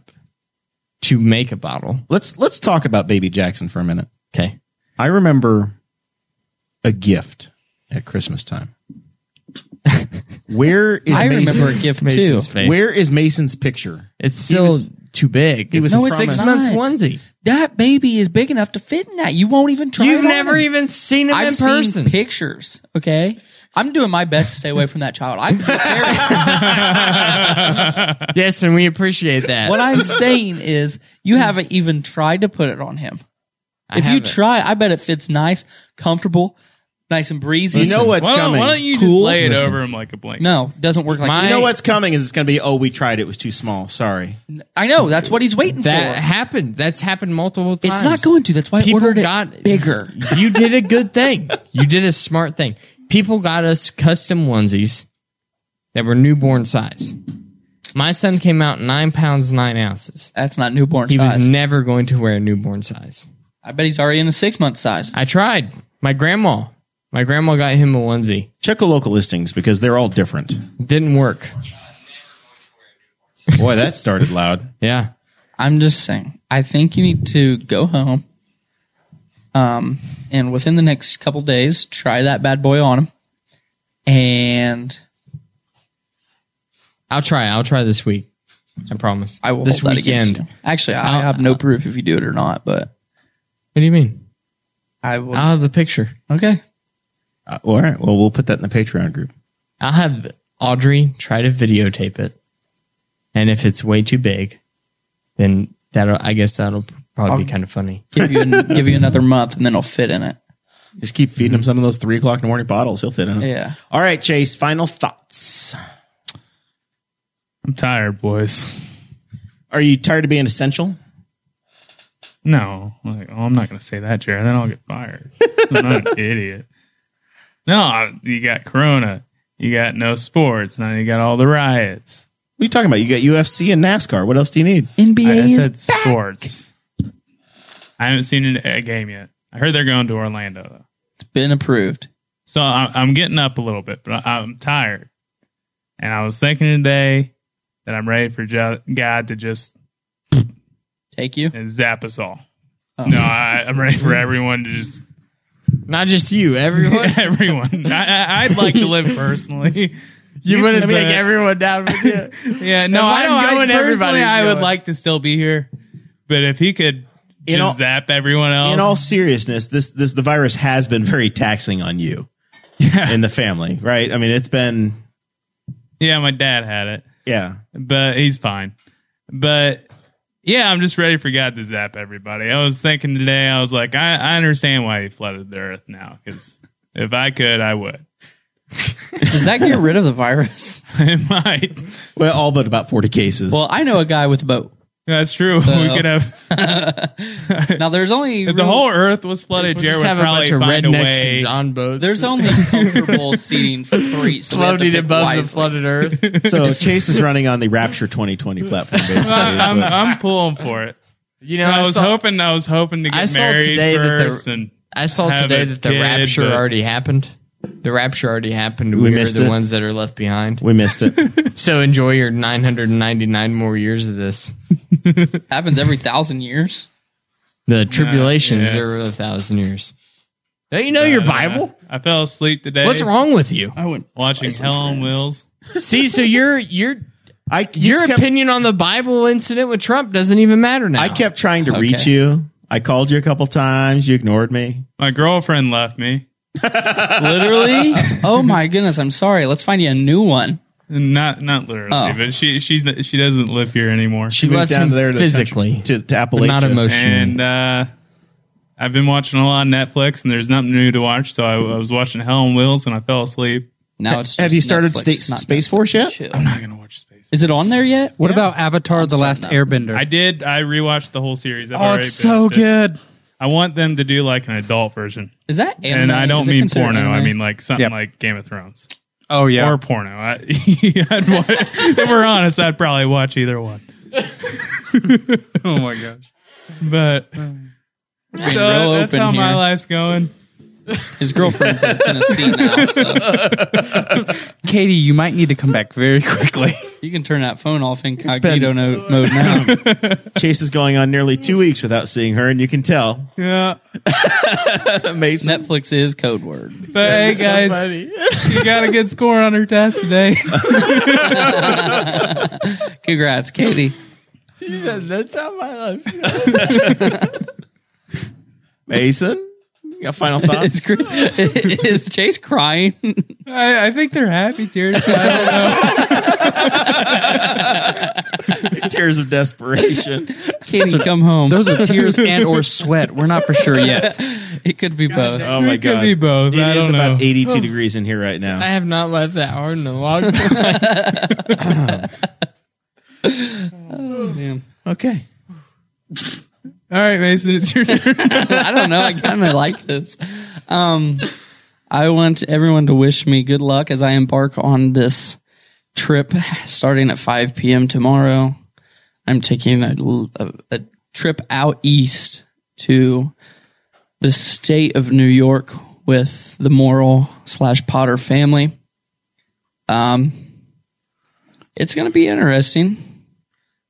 S2: to make a bottle.
S1: Let's let's talk about baby Jackson for a minute.
S2: Okay.
S1: I remember a gift at Christmas time. <laughs> Where is
S3: I
S1: Mason's,
S2: <laughs>
S3: remember a gift too.
S2: Mason's face.
S1: Where is Mason's picture?
S2: It's still
S1: was-
S2: too big.
S1: he was
S2: it's
S1: a
S2: a six
S1: promise.
S2: months
S3: Not.
S2: onesie.
S3: That baby is big enough to fit in that. You won't even try.
S2: You've
S3: it on
S2: never
S3: him.
S2: even seen him
S3: I've
S2: in
S3: seen
S2: person.
S3: pictures. Okay, I'm doing my best to stay away from that child. I'm
S2: yes, and we appreciate that.
S3: <laughs> what I'm saying is, you haven't even tried to put it on him.
S2: I
S3: If you
S2: haven't.
S3: try, I bet it fits nice, comfortable. nice and breezy.
S1: You know what's
S5: why, don't,
S1: coming.
S5: why don't you just
S3: Cool.
S5: lay it
S6: Listen.
S5: over him like a blanket?
S3: No, doesn't work like
S2: My-
S1: you know what's coming is it's going to be, oh, we tried. It was too small. Sorry.
S3: I know. That's what he's waiting
S2: That
S3: for.
S2: happened. That's happened multiple times.
S3: It's not going to. That's why I
S2: People
S3: ordered it
S2: got-
S3: bigger.
S2: you did a good thing. You did a smart thing. People got us custom onesies that were newborn size. My son came out nine pounds nine ounces.
S3: That's not newborn
S2: He
S3: size.
S2: was never going to wear a newborn size.
S3: I bet he's already in the six month size.
S2: I tried. My grandma, my grandma got him a onesie.
S1: Check the local listings because they're all different.
S2: Didn't work.
S1: Boy, that started loud.
S2: Yeah,
S3: I'm just saying. I think you need to go home. Um, and within the next couple days, try that bad boy on him. And
S2: I'll try. I'll try this week. I promise.
S3: I will
S2: this
S3: hold that
S2: weekend.
S3: against you. Actually, I
S2: I'll-
S3: have no proof if you do it or not, but
S2: What do you mean?
S3: I will.
S2: I'll have the picture.
S3: okay.
S1: Uh, all right. Well, we'll put that in the Patreon group.
S2: I'll have Audrey try to videotape it, and if it's way too big, then that will I guess that'll probably
S3: Um,
S2: be kind of funny.
S3: Give you an, give you another month, and then I'll fit in it.
S1: Just keep feeding
S2: Mm-hmm.
S1: him some of those three o'clock in the morning bottles. He'll fit in 'em.
S3: Yeah.
S1: All right, Chase. Final thoughts.
S5: I'm tired, boys.
S1: Are you tired of being essential?
S5: No, like, oh, I'm not going to say that, Jared. Then I'll get fired. I'm not an idiot. No, I- you got Corona. You got no sports. Now you got all the riots.
S1: What are you talking about? You got UFC and NASCAR. What else do you need?
S3: NBA
S5: I, I
S3: is
S5: said sports. I haven't seen a a game yet. I heard they're going to Orlando though,
S3: been approved.
S5: so I, I'm getting up a little bit, but I, I'm tired. And I was thinking today that I'm ready for Jo- God to just
S3: Take you.
S5: and zap us all. No, I, I'm ready for everyone to <laughs> just
S2: Not just you,
S3: <laughs>
S2: everyone.
S5: <laughs> everyone. I, I, I'd like to live personally. <laughs>
S2: you wouldn't
S5: I mean,
S2: take
S5: I-
S2: everyone down with you.
S5: Yeah, no,
S2: If
S5: I
S2: I'm
S5: don't. I,
S2: going,
S5: personally,
S2: everybody's
S5: I would
S2: going.
S5: like to still be here, but if he could
S1: <laughs> In
S5: just
S1: all-
S5: zap everyone else,
S1: In all seriousness, this this the virus has been very taxing on you
S5: Yeah.
S1: and the family, right? I mean, it's been
S5: yeah, my dad had it,
S1: yeah.
S5: but he's fine. But yeah, I'm just ready for God to zap everybody. I was thinking today, I was like, I, I understand why he flooded the earth now because if I could, I would. <laughs>
S3: Does that get rid of the virus?
S5: it might.
S1: Well, all but about forty cases.
S3: <laughs> Well, I know a guy with a boat.
S5: That's true. we
S3: So-
S5: could have
S3: Now there's only
S5: if the whole earth was flooded.
S2: We'll
S5: Jared
S2: just
S5: would
S2: have a
S5: probably
S2: bunch of
S5: find a
S2: rednecks
S5: way.
S2: and John boats.
S3: there's only comfortable seating for three. So we have to
S2: floating
S3: pick
S2: above the
S3: wisely.
S2: flooded
S3: <laughs>
S2: earth. <laughs>
S1: so Chase is running on the Rapture 2020 platform. Basically, is
S5: <laughs> I'm,
S1: what-
S5: I'm pulling for it.
S2: You know,
S5: I, was
S2: saw,
S5: hoping I was hoping to get
S2: I saw
S5: married
S2: today that the-
S5: first, and
S2: I saw
S5: have
S2: today
S5: a
S2: that the
S5: kid,
S2: rapture
S5: but-
S2: already happened. The rapture already happened. We,
S1: missed
S2: are the
S1: it.
S2: ones that are left behind.
S1: we missed it.
S2: So enjoy your 999 more years of this.
S3: Happens every thousand years.
S2: The tribulations
S5: yeah. Uh,
S2: are a thousand years. Don't you know your Bible?
S5: I fell asleep today.
S2: What's wrong with
S5: <laughs>
S2: you?
S3: I wouldn't
S5: Watching Hell on Wheels.
S2: See, so your your
S1: I you
S2: your
S1: just kept,
S2: opinion on the Bible incident with Trump doesn't even matter now.
S1: I kept trying to reach
S3: Okay.
S1: you. I called you a couple times. You ignored me.
S5: My girlfriend left me. <laughs>
S3: Literally. Oh my goodness. I'm sorry. Let's find you a new one.
S5: Not not literally,
S3: Oh.
S5: but she she's she doesn't live here anymore.
S1: She
S2: left
S1: moved down
S2: him
S1: there to the
S2: physically,
S1: country- to, to
S2: but
S1: Appalachia.
S2: not emotionally.
S5: and uh, I've been watching a lot of Netflix, and there's nothing new to watch. So I, I was watching Hell on Wheels, and I fell asleep.
S3: Now it's. Just
S1: Have you started
S3: Netflix,
S1: Sta-
S3: not
S1: Space Force yet?
S3: Chill.
S5: I'm not gonna watch Space.
S3: Is it on there yet?
S4: What about Avatar: The Last
S3: sorry, no.
S4: Airbender?
S5: I did. I rewatched the whole series. I've
S4: oh,
S5: already
S4: it's so
S5: finished it.
S4: good.
S5: I want them to do like an adult version,
S3: Is that anime?
S5: and I don't
S3: Mm, Is it
S5: mean
S3: considered
S5: porno. I
S3: anime?
S5: mean like something
S4: Yep.
S5: like Game of Thrones.
S4: Oh yeah,
S5: or porno. I, <laughs> I'd wa- if we're honest, I'd probably watch either <laughs> one.
S4: oh my gosh.
S5: But
S3: Being
S5: so
S3: real
S5: that's
S3: open
S5: how my
S3: here.
S5: life's going.
S3: His girlfriend's
S5: <laughs>
S3: in Tennessee now, so
S4: Katie, you might need to come back very quickly.
S3: you can turn that phone off incognito no- mode now.
S1: Chase is going on nearly two weeks without seeing her, and you can
S5: <laughs>
S1: tell.
S5: Yeah.
S1: Mason,
S3: Netflix is code word.
S5: But hey, guys, you got a good score on her test today.
S3: Congrats, Katie.
S2: He said, "That's how my life."
S1: Mason, You got final thoughts?
S3: Is, Chris- is Chase crying?
S5: <laughs> I, I think they're happy
S2: <laughs>
S5: tears. but I don't know.
S1: Tears of desperation.
S3: Can he come home?
S4: Those are tears and or sweat. We're not for sure yet.
S3: <laughs> It could be both.
S1: Oh my
S5: It
S1: god!
S5: could be both.
S1: It
S5: I
S1: is
S5: don't
S1: about
S5: know.
S1: 82 degrees in here right now.
S2: I have not left that hard in a
S5: <laughs>
S2: long time.
S1: Okay.
S5: All right, Mason, it's
S2: <laughs>
S5: your turn.
S3: <laughs> I don't know. I kind of like this. Um, I want everyone to wish me good luck as I embark on this trip starting at 5 p.m. tomorrow. I'm taking a, l- a- a trip out east to the state of New York with the Morrill slash Potter family. Um, it's going to be interesting.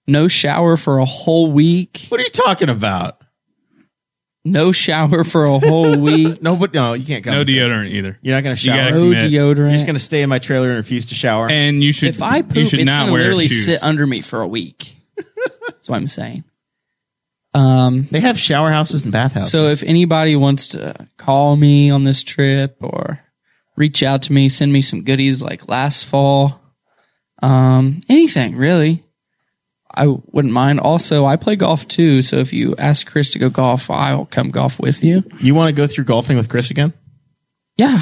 S3: No shower for a whole week.
S1: What are you talking about?
S3: No shower for a whole week.
S1: No, but no, you can't come.
S5: <laughs> No deodorant either.
S1: You're not going to shower.
S5: gotta-
S1: You're
S3: no
S5: commit.
S3: deodorant.
S1: just going to stay in my trailer and refuse to shower.
S5: And you should.
S3: if I poop,
S5: you should
S3: it's
S5: not
S3: gonna
S5: wear
S3: literally
S5: shoes.
S3: sit under me for a week. That's what I'm saying. Um.
S1: they have shower houses and bathhouses.
S3: So if anybody wants to call me on this trip or reach out to me, send me some goodies like last fall, um, anything really, I wouldn't mind. Also, I play golf too, so if you ask Chris to go golf, I'll come golf with you.
S1: you want to go through golfing with Chris again?
S3: Yeah,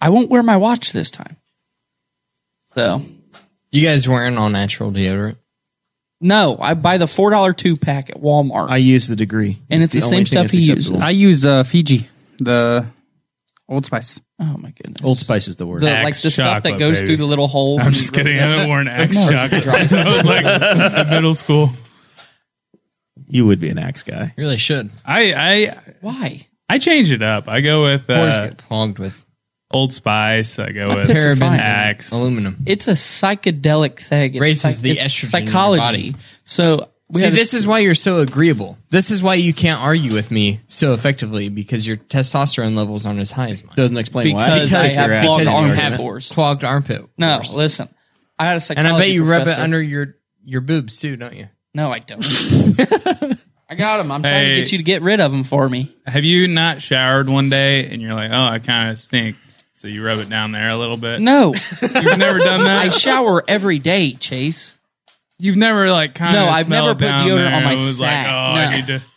S3: I won't wear my watch this time. So
S2: you guys wearing all natural deodorant?
S3: no, I buy the four dollar two pack at Walmart.
S1: I use the degree,
S3: And it's the
S1: only
S3: same
S1: thing
S3: stuff
S1: that's
S3: he
S1: acceptable.
S4: I use uh, Fiji, the Old Spice.
S3: oh my goodness.
S1: Old Spice is the word.
S3: the,
S5: Axe
S3: like the stuff that
S5: chocolate,
S3: goes
S5: baby.
S3: through the little holes.
S5: I'm just kidding. I
S3: <laughs>
S5: haven't worn Axe chocolate since I was like in middle school.
S1: you would be an axe guy.
S2: Really should.
S5: I I
S3: Why?
S5: I change it up. I go with
S2: Pores
S5: uh,
S2: get clogged with
S5: Old Spice. I go with
S3: pits are fine.
S5: Axe.
S2: aluminum.
S3: It's a psychedelic thing. It's
S2: Raises the estrogen in your body.
S3: So we
S2: See,
S3: had a-
S2: this is why you're so agreeable. This is why you can't argue with me so effectively because your testosterone levels aren't as high as mine.
S1: Doesn't explain why.
S3: Because I
S1: Because
S3: have
S1: your axe
S3: clogged
S1: is
S2: Because you
S3: armpit
S1: argument.
S2: have
S3: pores.
S2: clogged armpit.
S3: no.
S2: pores.
S3: Listen, I had a
S2: and
S3: psychology.
S2: I bet you rub it
S3: professor-
S2: under your your boobs too, don't you?
S3: No, I don't. <laughs> I got him. I'm trying to
S5: Hey.
S3: get you to get rid of them for me.
S5: Have you not showered one day and you're like, oh, I kind of stink? So you rub it down there a little bit.
S3: No,
S5: You've never done
S3: <laughs> I
S5: that.
S3: shower every day, Chase.
S5: You've never like kind of.
S3: No, I've never put deodorant on my
S5: was
S3: sack.
S5: Like, oh, I
S3: No.
S5: need to. <laughs>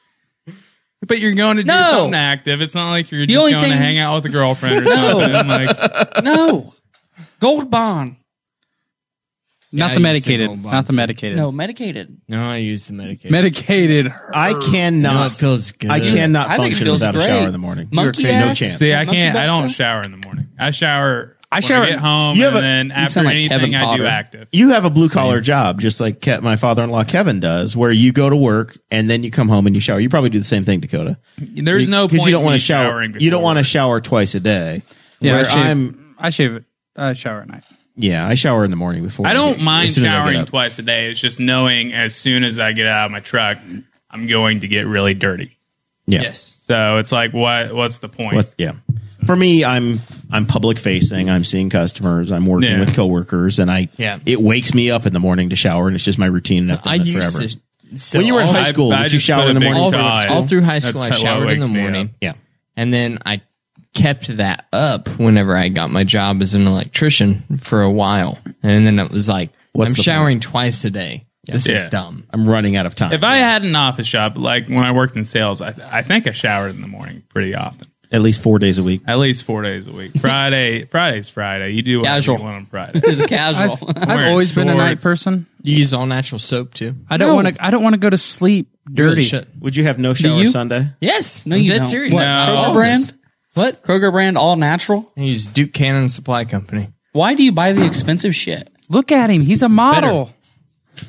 S5: But you're going to do
S3: No.
S5: something active. It's not like you're just
S3: only
S5: going to
S3: thing-
S5: hang out with
S3: <laughs>
S5: a girlfriend or something. Like,
S3: No, Gold Bond.
S2: I
S4: Not the
S2: use
S4: medicated.
S2: Signal
S4: Not the
S2: Bomb, too.
S4: medicated.
S3: No, medicated.
S2: No, I use the medication.
S4: Medicated.
S1: I cannot.
S2: No, it feels good.
S1: I cannot
S3: I think it
S1: function
S3: feels
S1: without
S3: great.
S1: a shower in the morning.
S3: Monkey
S4: crazy.
S3: ass.
S4: No
S1: chance.
S5: see, I
S3: Monkey
S5: can't. I
S3: butt
S5: don't
S3: stuff?
S5: shower in the morning. I shower. I
S4: shower-
S5: I get home,
S1: You have
S5: and
S1: a-
S5: then after
S3: sound like Kevin
S5: anything, I do
S3: Potter.
S5: active.
S1: you have a blue collar job, just like Ke- my father in law Kevin does, where you go to work and then you come home and you shower. You probably do the same thing, Dakota.
S5: There's no point
S1: because you don't want to
S5: in
S1: shower.
S5: showering.
S1: You don't
S5: before
S1: want to
S5: work.
S1: shower twice a day.
S4: Yeah, I
S1: where
S4: shave.
S1: I'm
S4: I shave it. I shower at night.
S1: yeah, I shower in the morning before.
S5: I don't
S1: get-
S5: mind
S1: as soon as I get
S5: showering
S1: up.
S5: twice a day. It's just knowing as soon as I get out of my truck, I'm going to get really dirty.
S1: Yeah.
S5: So it's like, what? What's the point?
S1: What- yeah. For me, I'm I'm public facing. I'm seeing customers. I'm working
S5: Yeah.
S1: with coworkers, and I
S2: Yeah.
S1: it wakes me up in the morning to shower, and it's just my routine. And I've done
S2: I
S1: that
S2: used
S1: forever.
S2: to. So
S1: When you were in
S2: all-
S1: high
S5: I-
S1: school,
S5: I
S1: did you
S5: just
S1: shower
S5: put
S1: in the
S5: a big
S1: morning?
S2: all,
S5: shower.
S2: through- all through high school,
S5: That's
S2: I
S5: what
S2: showered in
S5: wakes
S2: the
S5: me up.
S2: morning.
S1: yeah.
S2: and then I kept that up whenever I got my job as an electrician for a while, and then it was like
S1: What's
S2: I'm
S1: the
S2: showering twice a day. This is
S5: Yeah.
S2: dumb.
S1: I'm running out of time.
S5: If I had an office job, like when I worked in sales, I, I think I showered in the morning pretty often,
S1: At least four days a week.
S5: at least four days a week. Friday, Friday's Friday. You do whatever
S3: Casual.
S5: you want on Friday.
S3: It's casual.
S4: <laughs> I've, I've always been a night
S5: shorts.
S4: person.
S2: You use all natural soap too.
S4: I don't want to. I don't want to go to sleep dirty.
S2: Really should.
S1: Would you have no shower
S4: you?
S1: Sunday?
S2: Yes,
S3: No,
S2: I'm
S3: you
S2: dead
S3: don't.
S2: serious.
S5: What,
S2: I-
S5: Kroger
S2: all
S3: brand?
S2: this. What?
S3: Kroger brand all natural.
S2: I use Duke Cannon Supply Company.
S3: Why do you buy the expensive shit,
S4: Look at him. He's a model.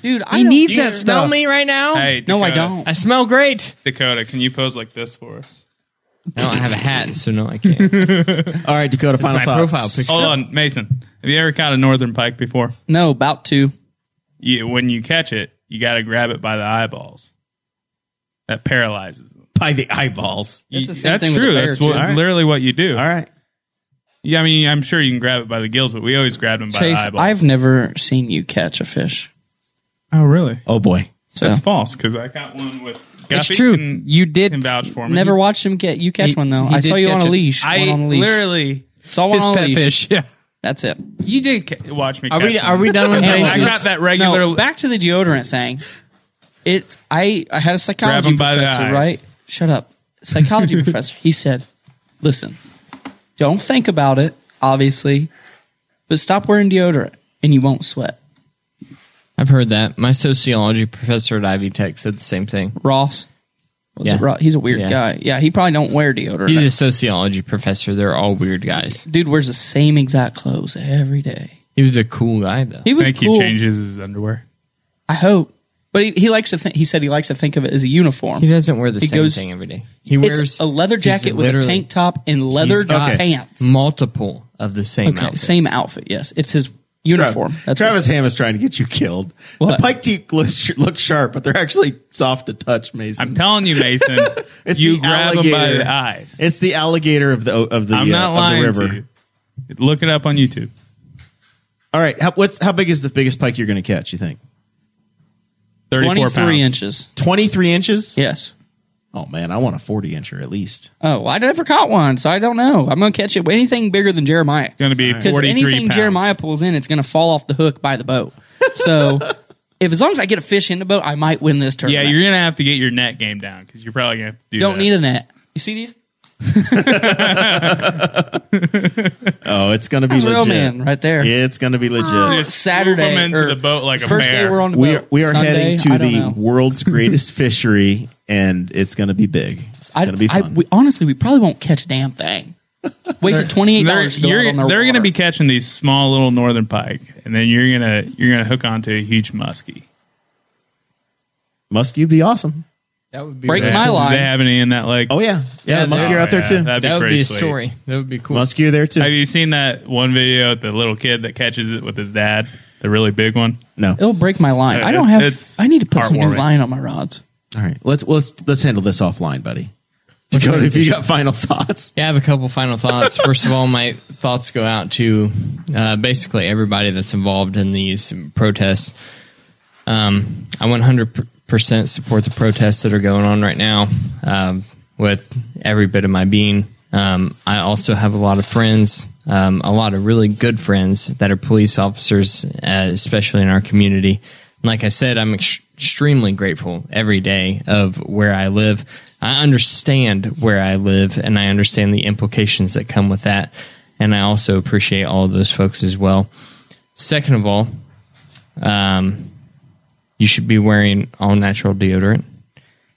S3: dude? I
S4: He
S3: don't
S4: needs
S3: do
S4: that
S3: stuff.
S4: stuff.
S2: Smell me right now.
S5: Hey,
S3: No, I
S5: Dakota-
S3: don't.
S2: I smell great.
S5: Dakota, can you pose like this for us?
S2: I don't have a hat, so no, I can't.
S1: All right, Dakota. Final
S2: my
S1: thoughts.
S2: profile picture.
S5: Hold on, Mason. Have you ever caught a northern pike before?
S3: No, about two.
S5: You, when you catch it, you got to grab it by the eyeballs. That paralyzes them.
S1: <laughs> By the eyeballs.
S3: It's the
S5: You-
S3: same
S5: That's
S3: thing with
S5: true.
S3: a bear,
S5: That's what,
S3: too.
S1: right.
S5: literally what you do.
S1: All right.
S5: Yeah, I mean, I'm sure you can grab it by the gills, but we always grabbed them by
S3: Chase,
S5: the eyeballs.
S3: I've never seen you catch a fish.
S5: oh, really?
S1: Oh boy.
S3: So
S5: That's false because I got one with
S4: It's
S5: Guppy
S4: true.
S5: can-
S4: you did
S5: can vouch for me.
S3: Never watched him get you catch
S4: He-
S3: one though.
S4: he
S3: I
S4: did
S3: saw you on
S4: catch
S3: a
S4: it.
S3: leash.
S4: I
S3: one on a leash.
S4: literally
S3: saw one
S4: his
S3: on a
S4: pet
S3: leash.
S4: fish. Yeah.
S3: That's it.
S5: You did ca- watch
S2: <laughs>
S5: me.
S2: Are we
S5: catch
S2: are we <laughs>
S5: them.
S2: done with
S5: I
S2: faces?
S5: got that regular.
S3: No, back to the deodorant thing. It I I had a
S5: Grab
S3: psychology
S5: 'em by the
S3: professor,
S5: eyes.
S3: right? Shut up.
S5: <laughs>
S3: Psychology professor. He said, "Listen. Don't think about it, obviously, but stop wearing deodorant and you won't sweat."
S2: I've heard that. My sociology professor at Ivy Tech said the same thing.
S3: Ross. Was
S2: Yeah.
S3: it Ross? He's a weird
S2: Yeah.
S3: guy. Yeah, he probably don't wear deodorant.
S2: He's a sociology professor. They're all weird guys.
S3: Dude wears the same exact clothes every day.
S2: He was a cool guy though.
S3: He
S5: I
S3: was
S5: think
S3: cool.
S5: he changes his underwear.
S3: I hope. But he, he likes to think he said he likes to think of it as a uniform.
S2: He doesn't wear the
S3: He
S2: same
S3: goes-
S2: thing every day. He wears
S3: It's a leather
S2: he's
S3: jacket with a
S2: literally-
S3: tank top and leather
S2: he's got
S3: pants.
S2: Multiple of the same
S3: Okay,
S2: outfits.
S3: same outfit. Yes, it's his uniform.
S1: Travis,
S3: That's
S1: Travis
S3: what
S1: Ham is trying to get you killed.
S3: What?
S1: The pike teeth look, sh- look sharp, but they're actually soft to touch, Mason.
S5: I'm telling you, Mason.
S1: It's
S5: you
S1: the
S5: grab him by
S1: alligator.
S5: the eyes.
S1: it's the alligator of the of the,
S5: I'm
S1: uh,
S5: not
S1: of
S5: lying
S1: the river.
S5: to you. Look it up on YouTube.
S1: All right, how, what's how big is the biggest pike you're going to catch? You think
S3: it is.
S5: 34
S3: 23
S5: pounds.
S3: inches.
S1: 23 inches?
S3: Yes.
S1: Oh man, I want a 40 incher at least.
S3: Oh, I never caught one, so I don't know. I'm gonna catch it anything bigger than Jeremiah.
S5: Going to be
S3: Because
S5: 43
S3: anything
S5: pounds.
S3: Jeremiah pulls in, it's gonna fall off the hook by the boat. So
S5: <laughs>
S3: if as long as I get a fish in the boat, I might win this
S5: Yeah,
S3: tournament.
S5: you're going to have to get your net game down because you're probably going to have to do
S3: don't
S5: that.
S3: need a net. You see these?
S1: Oh, it's going to be
S3: That's a
S1: legit.
S3: real man right there.
S1: It's going to be legit.
S5: Just
S3: Saturday
S5: move 'em into
S3: or
S5: the boat like a
S3: First
S5: bear.
S3: day we're on the
S1: We
S3: boat.
S1: are, we are
S3: Sunday,
S1: heading
S3: I
S1: to
S3: don't
S1: the
S3: know. <laughs>
S1: world's greatest fishery, and it's going to be big. It's
S3: I,
S1: going to be
S3: I-
S1: fun.
S3: we, honestly, we probably won't catch a damn
S5: <laughs>
S3: thing. Wasted twenty eight
S5: They're,
S3: dollars. to go out
S5: you're,
S3: on their
S5: they're going to
S3: water.
S5: be catching these small little northern pike, and then you're going to you're going to hook onto a huge muskie.
S1: Muskie would be awesome.
S2: That would be
S3: break
S2: rad.
S3: my
S5: Do
S3: line.
S5: they have any in that lake?
S1: Oh yeah, yeah,
S2: Yeah,
S1: muskie
S2: they're-
S1: are out there
S5: Oh, Yeah,
S1: too.
S5: that'd be
S2: That would
S5: pretty
S2: be a
S5: sweet.
S2: story. That would be cool.
S1: Muskie are there too.
S5: Have you seen that one video of the little kid that catches it with his dad? The really big one.
S1: no.
S3: It'll break my line.
S5: Uh,
S3: I don't
S5: it's-
S3: have.
S5: it's
S3: I need to put some new
S5: heartwarming.
S3: line on my rods.
S1: All right, let's let's let's handle this offline, buddy. Dakota, if you got final thoughts,
S2: Yeah, I have a couple final thoughts. First of all, my thoughts go out to uh, basically everybody that's involved in these protests. Um, I 100% support the protests that are going on right now um, with every bit of my being. Um, I also have a lot of friends, um, a lot of really good friends that are police officers, uh, especially in our community. And Like I said, I'm ex- extremely grateful every day of where I live. I understand where I live and I understand the implications that come with that. And I also appreciate all of those folks as well. Second of all, um, you should be wearing all natural deodorant.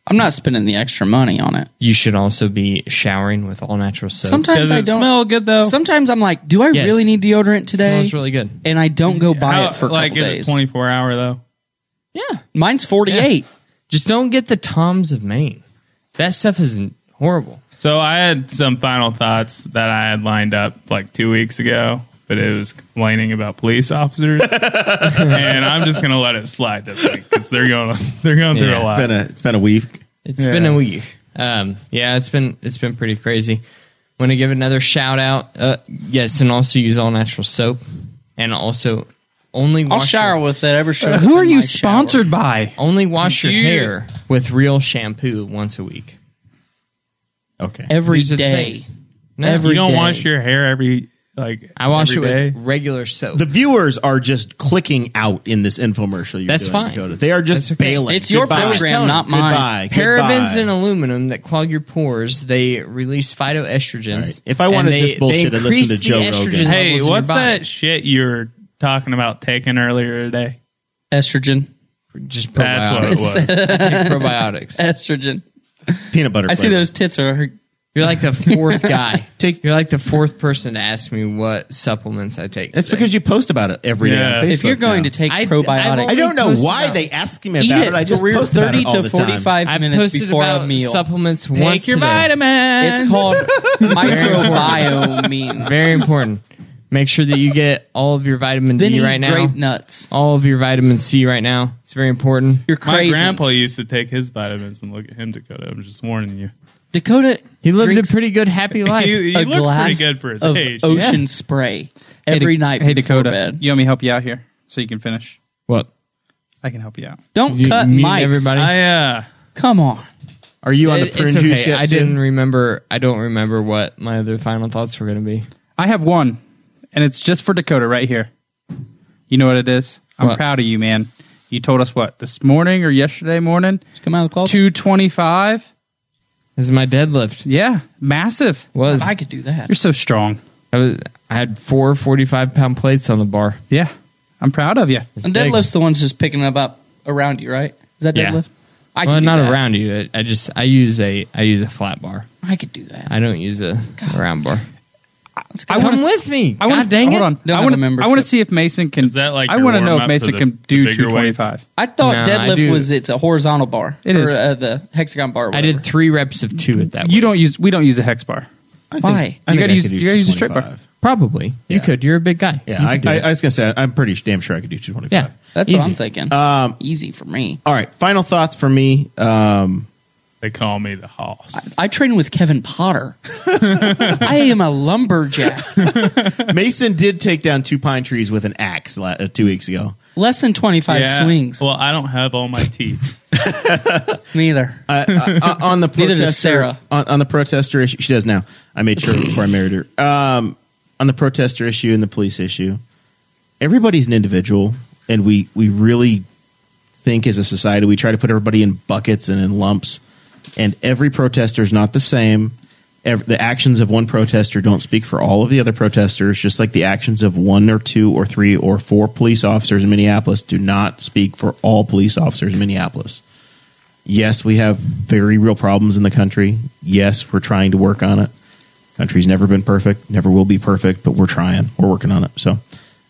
S3: I'm not spending the extra money on it.
S2: You should also be showering with all natural soap.
S3: Sometimes
S5: Does
S3: I
S5: it
S3: don't.
S5: smell good though?
S3: Sometimes I'm like, do I
S2: Yes.
S3: really need deodorant
S2: it
S3: today?
S2: smells really good.
S3: and I don't go buy
S5: How-
S3: it for a
S5: like
S3: couple
S5: is
S3: days.
S5: it 24 hour though?
S2: Yeah,
S3: Mine's 48.
S2: just don't get the Toms of Maine. That stuff is horrible.
S5: So I had some final thoughts that I had lined up like two weeks ago, but it was complaining about police officers, and I'm just gonna let it slide this week because they're going they're going through
S2: Yeah.
S5: a lot.
S1: been a it's been a week.
S2: It's been a
S5: Yeah.
S2: week. Um, yeah, it's been it's been pretty crazy. Want to give another shout out? Uh, yes, and also use all natural soap, and also only
S3: I'll
S2: wash
S3: shower
S2: Your,
S3: with it every show.
S4: Who are you sponsored by?
S2: only wash your
S5: You-
S2: hair with real shampoo once a week.
S1: Okay,
S3: every
S2: These are the
S3: day?
S2: things. No,
S3: Every-
S5: you don't
S3: day.
S5: wash your hair every like
S2: I wash it
S5: every
S2: with
S5: day?
S2: regular soap.
S1: the viewers are just clicking out in this infomercial. You're
S2: That's
S1: doing,
S2: fine.
S1: Dakota. They are just
S2: That's okay.
S1: bailing.
S3: It's your
S1: Goodbye.
S3: program, not mine.
S1: Goodbye.
S2: Parabens
S1: Goodbye.
S2: and aluminum that clog your pores, they release phytoestrogens.
S1: Right. If I wanted
S2: and
S1: this bullshit, I'd listen
S2: increase
S1: to
S2: the
S1: Joe
S2: estrogen
S1: Rogan.
S2: levels
S5: Hey,
S2: in your
S5: what's
S2: body.
S5: that shit you were talking about taking earlier today?
S3: Estrogen. <laughs>
S2: Just
S5: That's what it
S2: probiotics. <laughs> Take
S5: was. <laughs>
S2: probiotics.
S3: Estrogen.
S1: peanut butter.
S3: I see
S1: flavor.
S3: those tits are.
S2: You're like the fourth guy.
S1: <laughs> Take-
S2: You're like the fourth person to ask me what supplements I take.
S1: That's because you post about it every day
S5: Yeah.
S1: on Facebook.
S3: If you're going
S1: now.
S3: to take
S2: I- I've
S3: probiotics,
S1: I
S2: only
S1: don't know
S2: posted
S1: why
S2: about-
S1: they ask me
S3: eat
S1: about it. I
S3: it
S1: just
S3: for real
S1: post about
S3: 30
S1: it all
S3: to
S1: the time.
S3: 45
S2: I've
S3: minutes
S2: posted
S3: before
S2: about
S3: a meal.
S2: supplements
S5: Take
S2: once
S5: your
S2: a day.
S5: vitamins.
S3: It's called microbiome.
S2: Very important. Make sure that you get all of your vitamin
S3: Then
S2: D
S3: eat
S2: right now.
S3: grape nuts.
S2: All of your vitamin C right now. It's very important.
S3: You're
S5: My
S3: crazy.
S5: grandpa used to take his vitamins, and look at him, Dakota. I'm just warning you.
S3: Dakota.
S2: He lived
S3: drinks
S2: a pretty
S1: <laughs>
S2: good, happy life.
S5: He, he
S3: a
S5: looks
S3: glass
S5: pretty good for his
S3: of
S5: age.
S3: ocean spray every night
S4: Hey
S3: before
S4: Dakota,
S3: bed.
S4: you want me to help you out here so you can finish?
S2: what?
S4: I can help you out.
S3: Don't
S2: You
S3: cut
S2: mean
S3: mics.
S2: everybody?
S5: I uh,
S3: Come on.
S1: Are you on the
S2: It-
S1: prune juice yet?
S2: I
S1: too?
S2: didn't remember. I don't remember what my other final thoughts were going to be.
S4: I have one, and it's just for Dakota right here. You know what it is? I'm
S2: What?
S4: proud of you, man. You told us what this morning or yesterday morning,
S3: Come out of the closet.
S4: two twenty five.
S2: This is my deadlift.
S4: Yeah, massive.
S2: Was
S3: I could do that.
S4: You're so strong.
S2: I was I had four 45 pound plates on the bar.
S4: Yeah, I'm proud of you.
S2: It's
S3: And
S2: big.
S3: deadlift's the ones just picking them up around you, right? Is that
S2: Yeah.
S3: deadlift? I
S2: Well,
S3: do
S2: not
S3: that.
S2: around you. I, I just I use a I use a flat bar.
S3: I could do that.
S2: I don't use a round bar.
S3: Let's go.
S4: I wanna-
S2: with me.
S4: I want to dang
S3: it.
S4: hold on.
S3: Don't
S4: I
S3: have
S4: want
S3: a
S4: to.
S3: membership.
S4: I want to see if Mason can.
S5: Is that like
S4: I
S5: your
S4: wanna know
S5: warm-up
S4: if
S5: to
S4: Mason
S5: the-
S4: can
S5: the
S4: do
S5: bigger
S4: two twenty
S5: weights?
S4: five.
S3: I thought
S2: No, I
S3: deadlift
S2: do-
S3: was it's a horizontal bar.
S4: It is.
S3: Or, uh, the hexagon bar.
S2: I did
S3: whatever.
S2: three reps of two at that.
S4: You
S2: weight.
S4: don't use. We don't use a hex bar.
S1: I think,
S3: Why?
S1: I
S4: You
S1: think
S4: gotta
S1: I
S4: use-
S1: could do
S4: you gotta use a straight bar.
S1: 225.
S2: probably. You could. You're a big guy.
S1: Yeah,
S2: You
S1: I,
S2: could do
S1: I,
S2: it.
S1: I was gonna say I'm pretty damn sure I could do 225.
S2: yeah.
S3: That's what I'm
S2: Easy.
S3: thinking. Easy for me.
S1: All right, final thoughts for me. Um,
S5: They call me the hoss.
S3: I train with Kevin Potter. I am a lumberjack.
S1: Mason did take down two pine trees with an axe la- uh, two weeks ago.
S3: Less than 25
S5: Yeah.
S3: swings.
S5: Well, I don't have all my teeth.
S3: Neither.
S1: Uh, on the
S3: Neither does
S1: protester,
S3: Sarah.
S1: On, on the protester issue, she does now. I made sure before I married her. Um, on the protester issue and the police issue, everybody's an individual, and we we really think as a society we try to put everybody in buckets and in lumps, and every protester is not the same. Ev the actions of one protester don't speak for all of the other protesters, just like the actions of one or two or three or four police officers in Minneapolis do not speak for all police officers in Minneapolis yes, we have very real problems in the country. Yes, we're trying to work on it. Country's never been perfect, never will be perfect, but we're trying. We're working on it. So,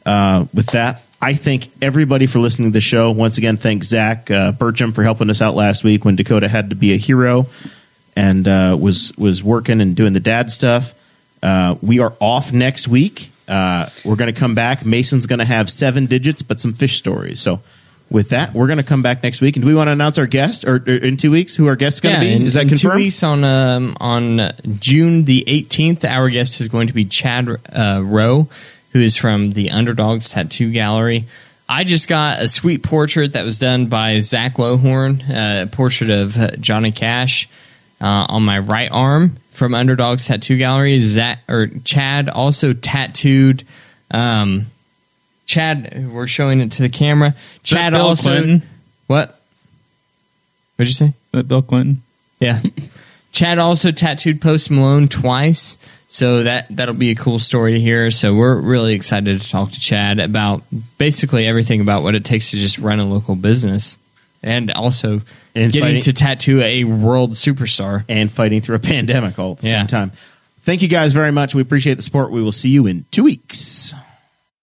S1: uh, with that, I thank everybody for listening to the show. Once again, thank Zach uh, Burcham for helping us out last week when Dakota had to be a hero and uh, was was working and doing the dad stuff. Uh, we are off next week. Uh, we're going to come back. Mason's going to have seven digits, but some fish stories. So, with that, we're going to come back next week. And do we want to announce our guest or, or in two weeks who our guest is going to
S2: Yeah,
S1: be?
S2: in-
S1: is that
S2: in
S1: confirmed?
S2: Two weeks on um, on June the 18th, our guest is going to be Chad uh, Rowe, who is from the Underdogs Tattoo Gallery. I just got a sweet portrait that was done by Zach Lowhorn, uh, a portrait of uh, Johnny Cash uh, on my right arm from Underdogs Tattoo Gallery. Zach or Chad also tattooed. Um, Chad, we're showing it to the camera. Chad
S5: Bill
S2: also.
S5: Clinton?
S2: What? What'd you say?
S5: That Bill Clinton.
S2: Yeah. Chad also tattooed Post Malone twice, so that that'll be a cool story to hear. So we're really excited to talk to Chad about basically everything about what it takes to just run a local business, and also
S1: And
S2: getting
S1: fighting-
S2: to tattoo a world superstar.
S1: and fighting through a pandemic all at the
S2: Yeah.
S1: same time. Thank you guys very much. We appreciate the support. We will see you in two weeks.